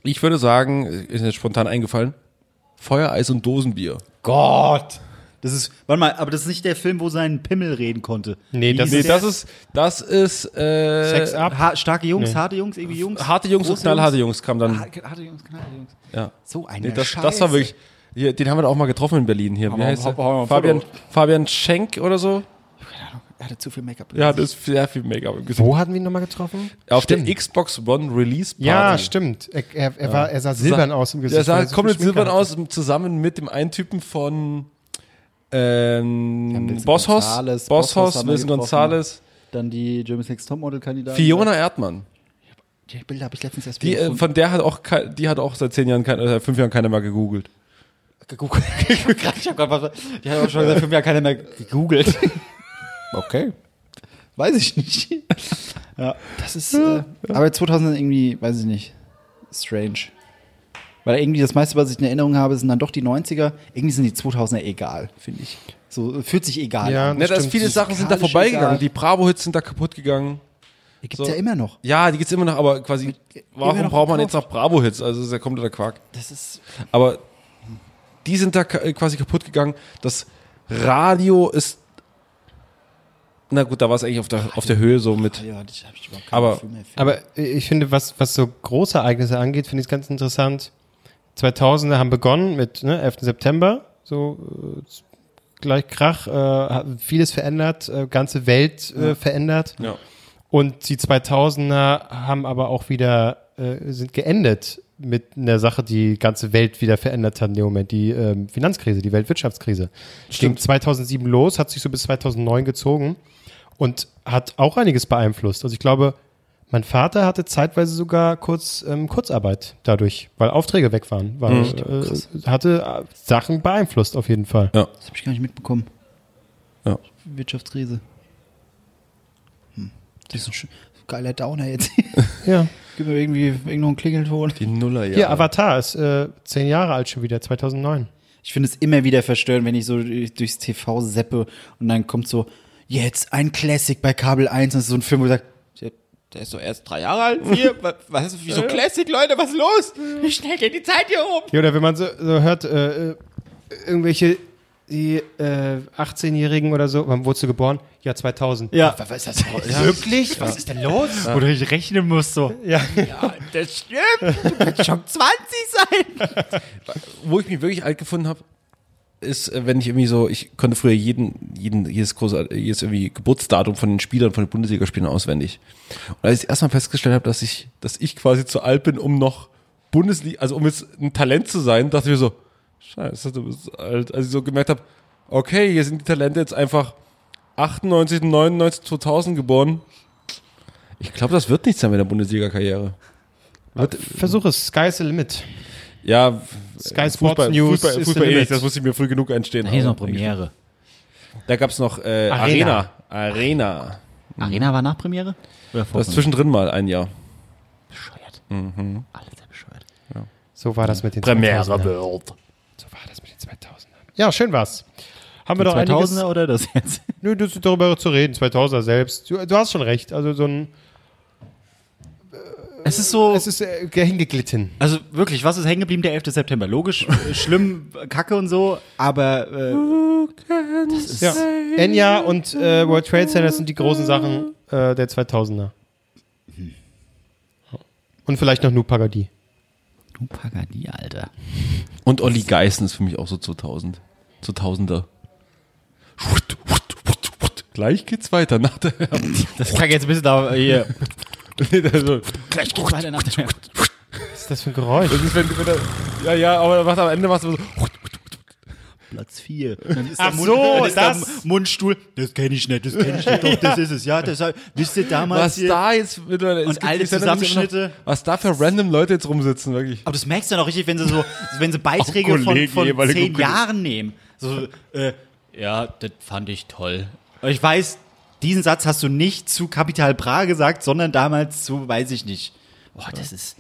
ich würde sagen, ist jetzt spontan eingefallen, Feuereis und Dosenbier.
Gott! Das ist, warte mal, aber das ist nicht der Film, wo sein Pimmel reden konnte.
Nee, das
Nee,
ist
das ist, das ist, äh,
Sex ab.
Ha starke Jungs, harte Jungs, irgendwie Jungs.
Harte Jungs und
große
knallharte Jungs kam dann.
Jungs. Harte Jungs, knallharte Jungs.
Ja.
So eine
Nee, das,
Ah, Scheiße.
das war wirklich. Hier, den haben wir da auch mal getroffen in Berlin. Hier, wie
wir-
heißt
haben wir-
der?
haben wir ein
Fabian, Fabian Schenk oder so?
Er hatte zu viel Make-up.
Ja, das ist sehr viel Make-up im Gesicht.
Wo hatten wir ihn nochmal getroffen?
Auf der Xbox One Release Party.
Ja, stimmt. Er, er, er, war, er sah silbern aus im Gesicht. Also
Der sah
weil er so
komplett
viel Schminke
silbern
hatte.
aus, zusammen mit dem einen Typen von ähm,
Wilson
Bosshaus.
Gonzales, Bosshaus
Bosshaus,
haben wir
Wilson
getroffen.
Gonzales.
Dann die Jeremy Sex Topmodel-Kandidatin.
Fiona Erdmann.
Die Bilder habe ich letztens erst
Die,
wieder
äh,
gefunden.
von der hat auch, kei- die hat auch seit zehn Jahren, kein, äh, fünf Jahren keiner mehr gegoogelt.
gegoogelt. [laughs] ich habe gerade was. Ich habe schon seit fünf Jahren keiner mehr gegoogelt. [laughs] okay. Weiß ich nicht. Ja, das ist. Äh, aber 2000 irgendwie, weiß ich nicht. Strange. Weil irgendwie das meiste, was ich in Erinnerung habe, sind dann doch die 90er. Irgendwie sind die 2000er egal, finde ich. So, fühlt sich egal.
Ja,
Ne, das
stimmt.
viele Sachen sind da
musikalisch
vorbeigegangen.
egal.
Die Bravo-Hits sind da kaputt gegangen.
Gibt
so.
ja immer noch.
Ja, die gibt's immer noch, aber quasi, warum
noch
braucht man
gekauft.
jetzt noch Bravo-Hits? Also, das ist ja kompletter Quark.
Das ist.
Aber die sind da ka- äh, quasi kaputt gegangen. Das Radio ist, na gut, da war es eigentlich auf der, auf der Höhe so mit.
Ja, das habe ich überhaupt kein
Aber-
Gefühl mehr für.
Aber ich finde, was, was so große Ereignisse angeht, finde ich es ganz interessant. 2000er haben begonnen mit ne, 11. September, so äh, gleich Krach, äh, hat vieles verändert, äh, ganze Welt äh, verändert.
Ja.
Und die 2000er haben aber auch wieder, äh, sind geendet mit einer Sache, die ganze Welt wieder verändert hat in dem Moment, die ähm, Finanzkrise, die Weltwirtschaftskrise. Ging 2007 los, hat sich so bis 2009 gezogen und hat auch einiges beeinflusst. Also ich glaube, mein Vater hatte zeitweise sogar kurz ähm, Kurzarbeit dadurch, weil Aufträge weg waren. Weil, äh, hatte äh, Sachen beeinflusst auf jeden Fall.
Das habe ich gar nicht mitbekommen.
Ja.
Wirtschaftskrise. Hm.
Das ist ein sch- geiler Downer jetzt.
Ja.
Gib mir irgendwie irgendeinen Klingelton.
Die Nullerjahre.
Hier, Avatar ist äh, zehn Jahre alt schon wieder, 2009.
Ich finde es immer wieder verstörend, wenn ich so durchs TV seppe und dann kommt so, jetzt ein Classic bei Kabel 1 und so ein Film, wo du sagst, der, der ist doch erst drei Jahre alt, vier, wa- was, wieso Classic, Leute, was ist los? Wie schnell geht die Zeit hier um?
Ja, oder wenn man so, so hört, äh, äh, irgendwelche die äh, 18-Jährigen oder so, wann wurdest du geboren? Ja, 2000.
Ja.
Was ist das?
Oh,
Wirklich? Was ist denn los?
Oder ich rechnen muss so.
Das stimmt. Du kannst schon 20 sein.
wo ich mich wirklich alt gefunden habe, ist, äh, wenn ich irgendwie so, ich konnte früher jeden, jeden, jedes große, jedes irgendwie Geburtsdatum von den Spielern, von den Bundesligaspielern auswendig. Und als ich erstmal festgestellt habe, dass ich, dass ich quasi zu alt bin, um noch Bundesliga, also um jetzt ein Talent zu sein, dachte ich mir so, scheiße, du bist alt. Als ich so gemerkt habe, okay, hier sind die Talente jetzt einfach 98, 99, 2000 geboren. Ich glaube, das wird nichts sein mit der Bundesliga-Karriere.
Versuch es, sky's the limit.
Ja,
Sky Sports News
Fußball,
is
Fußball
the
eh
limit.
nicht, das musste ich mir früh genug entstehen.
Hier ist noch
Aber-
Premiere.
Da gab's noch äh, Arena.
Arena.
Arena.
Arena war nach Premiere? Oder vor
Das ist zwischendrin mal ein Jahr.
bescheuert. Alle sehr bescheuert.
So war das mit den 2000ern.
World.
So war das mit den 2000ern. Ja, schön war's. Haben wir doch einiges
2000er oder das jetzt?
Nö, das ist darüber zu reden, 2000er selbst. Du, du hast schon recht. Also so ein.
Es ist so,
Es ist äh, hingeglitten.
also wirklich, was ist hängen geblieben der 11. September? Logisch, äh, schlimm, kacke und so, aber äh,
Ja. Enya und äh, World Trade Center sind die großen Sachen äh, der 2000er. Und vielleicht noch Nu Pagadi.
du Pagadi, Alter.
Und Olli Geißen ist für mich auch so 2000. 2000er. Gleich geht's weiter nach der [laughs]
Das kacke jetzt ein bisschen da äh, hier.
also,
Gleich geht's weiter nach der-
Was ist das für ein Geräusch?
Das ist, wenn, wenn er, ja, ja, aber macht am Ende was so. oh,
Platz 4. Dann ist
Ach so,
[laughs] der Mundstuhl. Das kenne ich nicht, das kenne ich nicht. Doch, das ist es. Ja, das hab- wisst ihr damals
Was
hier-
da jetzt mittlerweile
Und
es gibt
alle
die Sendung, die
Zusammenschnitte.
immer noch- Was da für random Leute jetzt rumsitzen, wirklich.
Aber das merkst du dann auch richtig, wenn sie so, wenn sie Beiträge
Auch Kollegen,
von, von
jeweilige
zehn
Kollegen.
Jahren nehmen. So, äh, ja, das fand ich toll. Aber ich weiß, diesen Satz hast du nicht zu Kapital Bra gesagt, sondern damals zu, weiß ich nicht. Boah, das ist.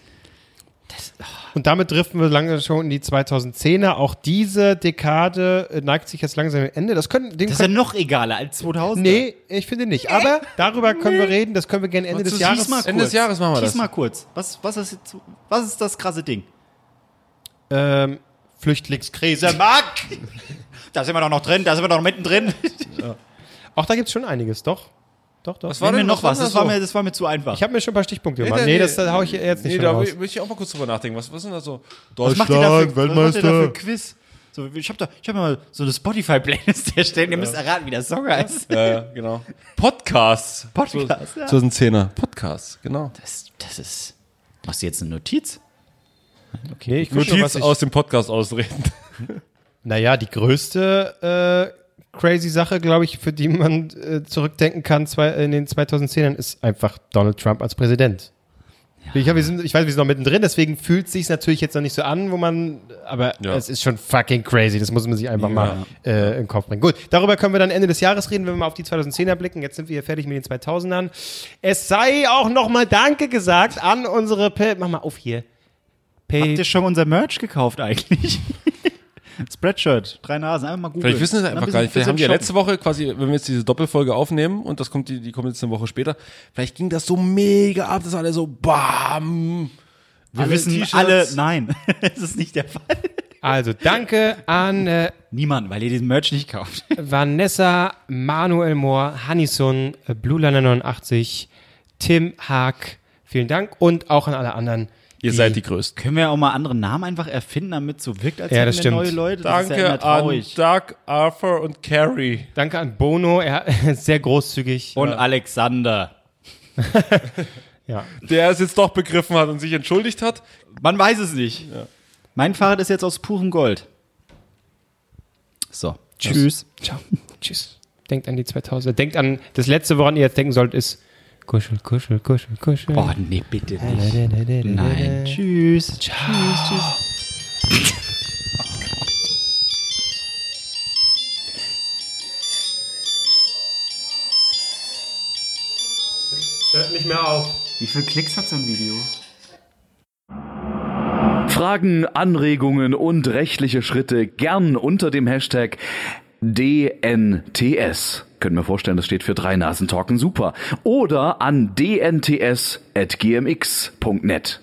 Und damit driften wir langsam schon in die 2010er. Auch diese Dekade äh, neigt sich jetzt langsam dem Ende. Das können, dem
Das ist ja
können
noch egaler als 2000.
Nee, ich finde nicht. Aber darüber können wir reden. Das können wir gerne Ende
Ende
des Jahres.
mal kurz.
Ende des Jahres machen wir
Schieß
das.
mal kurz. Was, was, ist, jetzt- was ist das krasse Ding?
Ähm, Flüchtlingskrise.
Mark! da sind wir doch noch drin, da sind wir doch noch mittendrin.
Auch da gibt es schon einiges, doch. Doch, doch.
war
Nenn mir noch was,
war
das war,
so?
mir, das war mir zu einfach.
Ich habe mir schon ein paar Stichpunkte
Nee,
gemacht.
da-
Nee, das, das haue ich jetzt nicht
Nee,
nee,
da
raus.
will ich auch mal kurz drüber nachdenken. Was, was sind da so?
was macht ihr dafür, Weltmeister. Was macht ihr dafür Quiz? So, ich habe hab mir mal so eine Spotify-Playlist [laughs] erstellt, ihr müsst erraten, wie der Song heißt.
Ja, ja, genau. Podcasts.
Podcast, ja.
2010er. Podcasts, genau.
Das, das ist. Machst du jetzt eine Notiz?
Okay, ich guck schon, was
Notiz
ich-
aus dem Podcast ausreden.
Naja, die größte äh, crazy Sache, glaube ich, für die man äh, zurückdenken kann zwei, in den 2010ern, ist einfach Donald Trump als Präsident. Ich, hab, wir sind, ich weiß, wir sind noch mittendrin, deswegen fühlt es sich natürlich jetzt noch nicht so an, wo man. Aber
Ja.
es ist schon fucking crazy, das muss man sich einfach mal äh, in den Kopf bringen. Gut, darüber können wir dann Ende des Jahres reden, wenn wir mal auf die 2010er blicken. Jetzt sind wir hier fertig mit den 2000ern. Es sei auch nochmal Danke gesagt an unsere. Pa Mach mal auf hier.
Habt ihr schon unser Merch gekauft eigentlich? [laughs] Spreadshirt, drei Nasen, einfach mal googeln.
Vielleicht wissen sie es
Dann
einfach
ein
gar nicht.
bisschen-
Vielleicht haben die ja
bisschen
letzte Woche quasi, wenn wir jetzt diese Doppelfolge aufnehmen und das kommt, die, die kommt jetzt eine Woche später, vielleicht ging das so mega ab, dass alle so BAM.
shoppen. Wir wissen alle, nein, [laughs] das ist nicht der Fall.
Also, danke an. Äh,
Niemand, weil ihr diesen Merch nicht kauft.
Vanessa, Manuel Mohr, Hannison, BlueLiner89, Tim Haag. Vielen Dank und auch an alle anderen.
Ihr seid die Größten.
Können wir auch mal andere Namen einfach erfinden, damit so wirkt, als
Ja, das
wir
stimmt.
neue Leute? Das ist ja immer
Danke an
traurig.
Doug, Arthur und Carrie.
Danke an Bono, er ist [laughs] sehr großzügig.
Und Alexander.
ja.
Der es jetzt doch begriffen hat und sich entschuldigt hat.
Man weiß es nicht. Mein Fahrrad ist jetzt aus purem Gold. So. Tschüss.
Ciao. Tschüss. Denkt an die 2000er. Denkt an das letzte, woran ihr jetzt denken sollt, ist Kuschel, Kuschel, Kuschel, Kuschel.
Oh, nee, bitte nicht. Nein. Tschüss. Tschüss, tschüss.
Es hört nicht mehr auf.
Wie viele Klicks hat so ein Video?
Fragen, Anregungen und rechtliche Schritte gern unter dem Hashtag DNTS. Können wir vorstellen, das steht für drei Nasen talken super. Oder an dnts.gmx.net.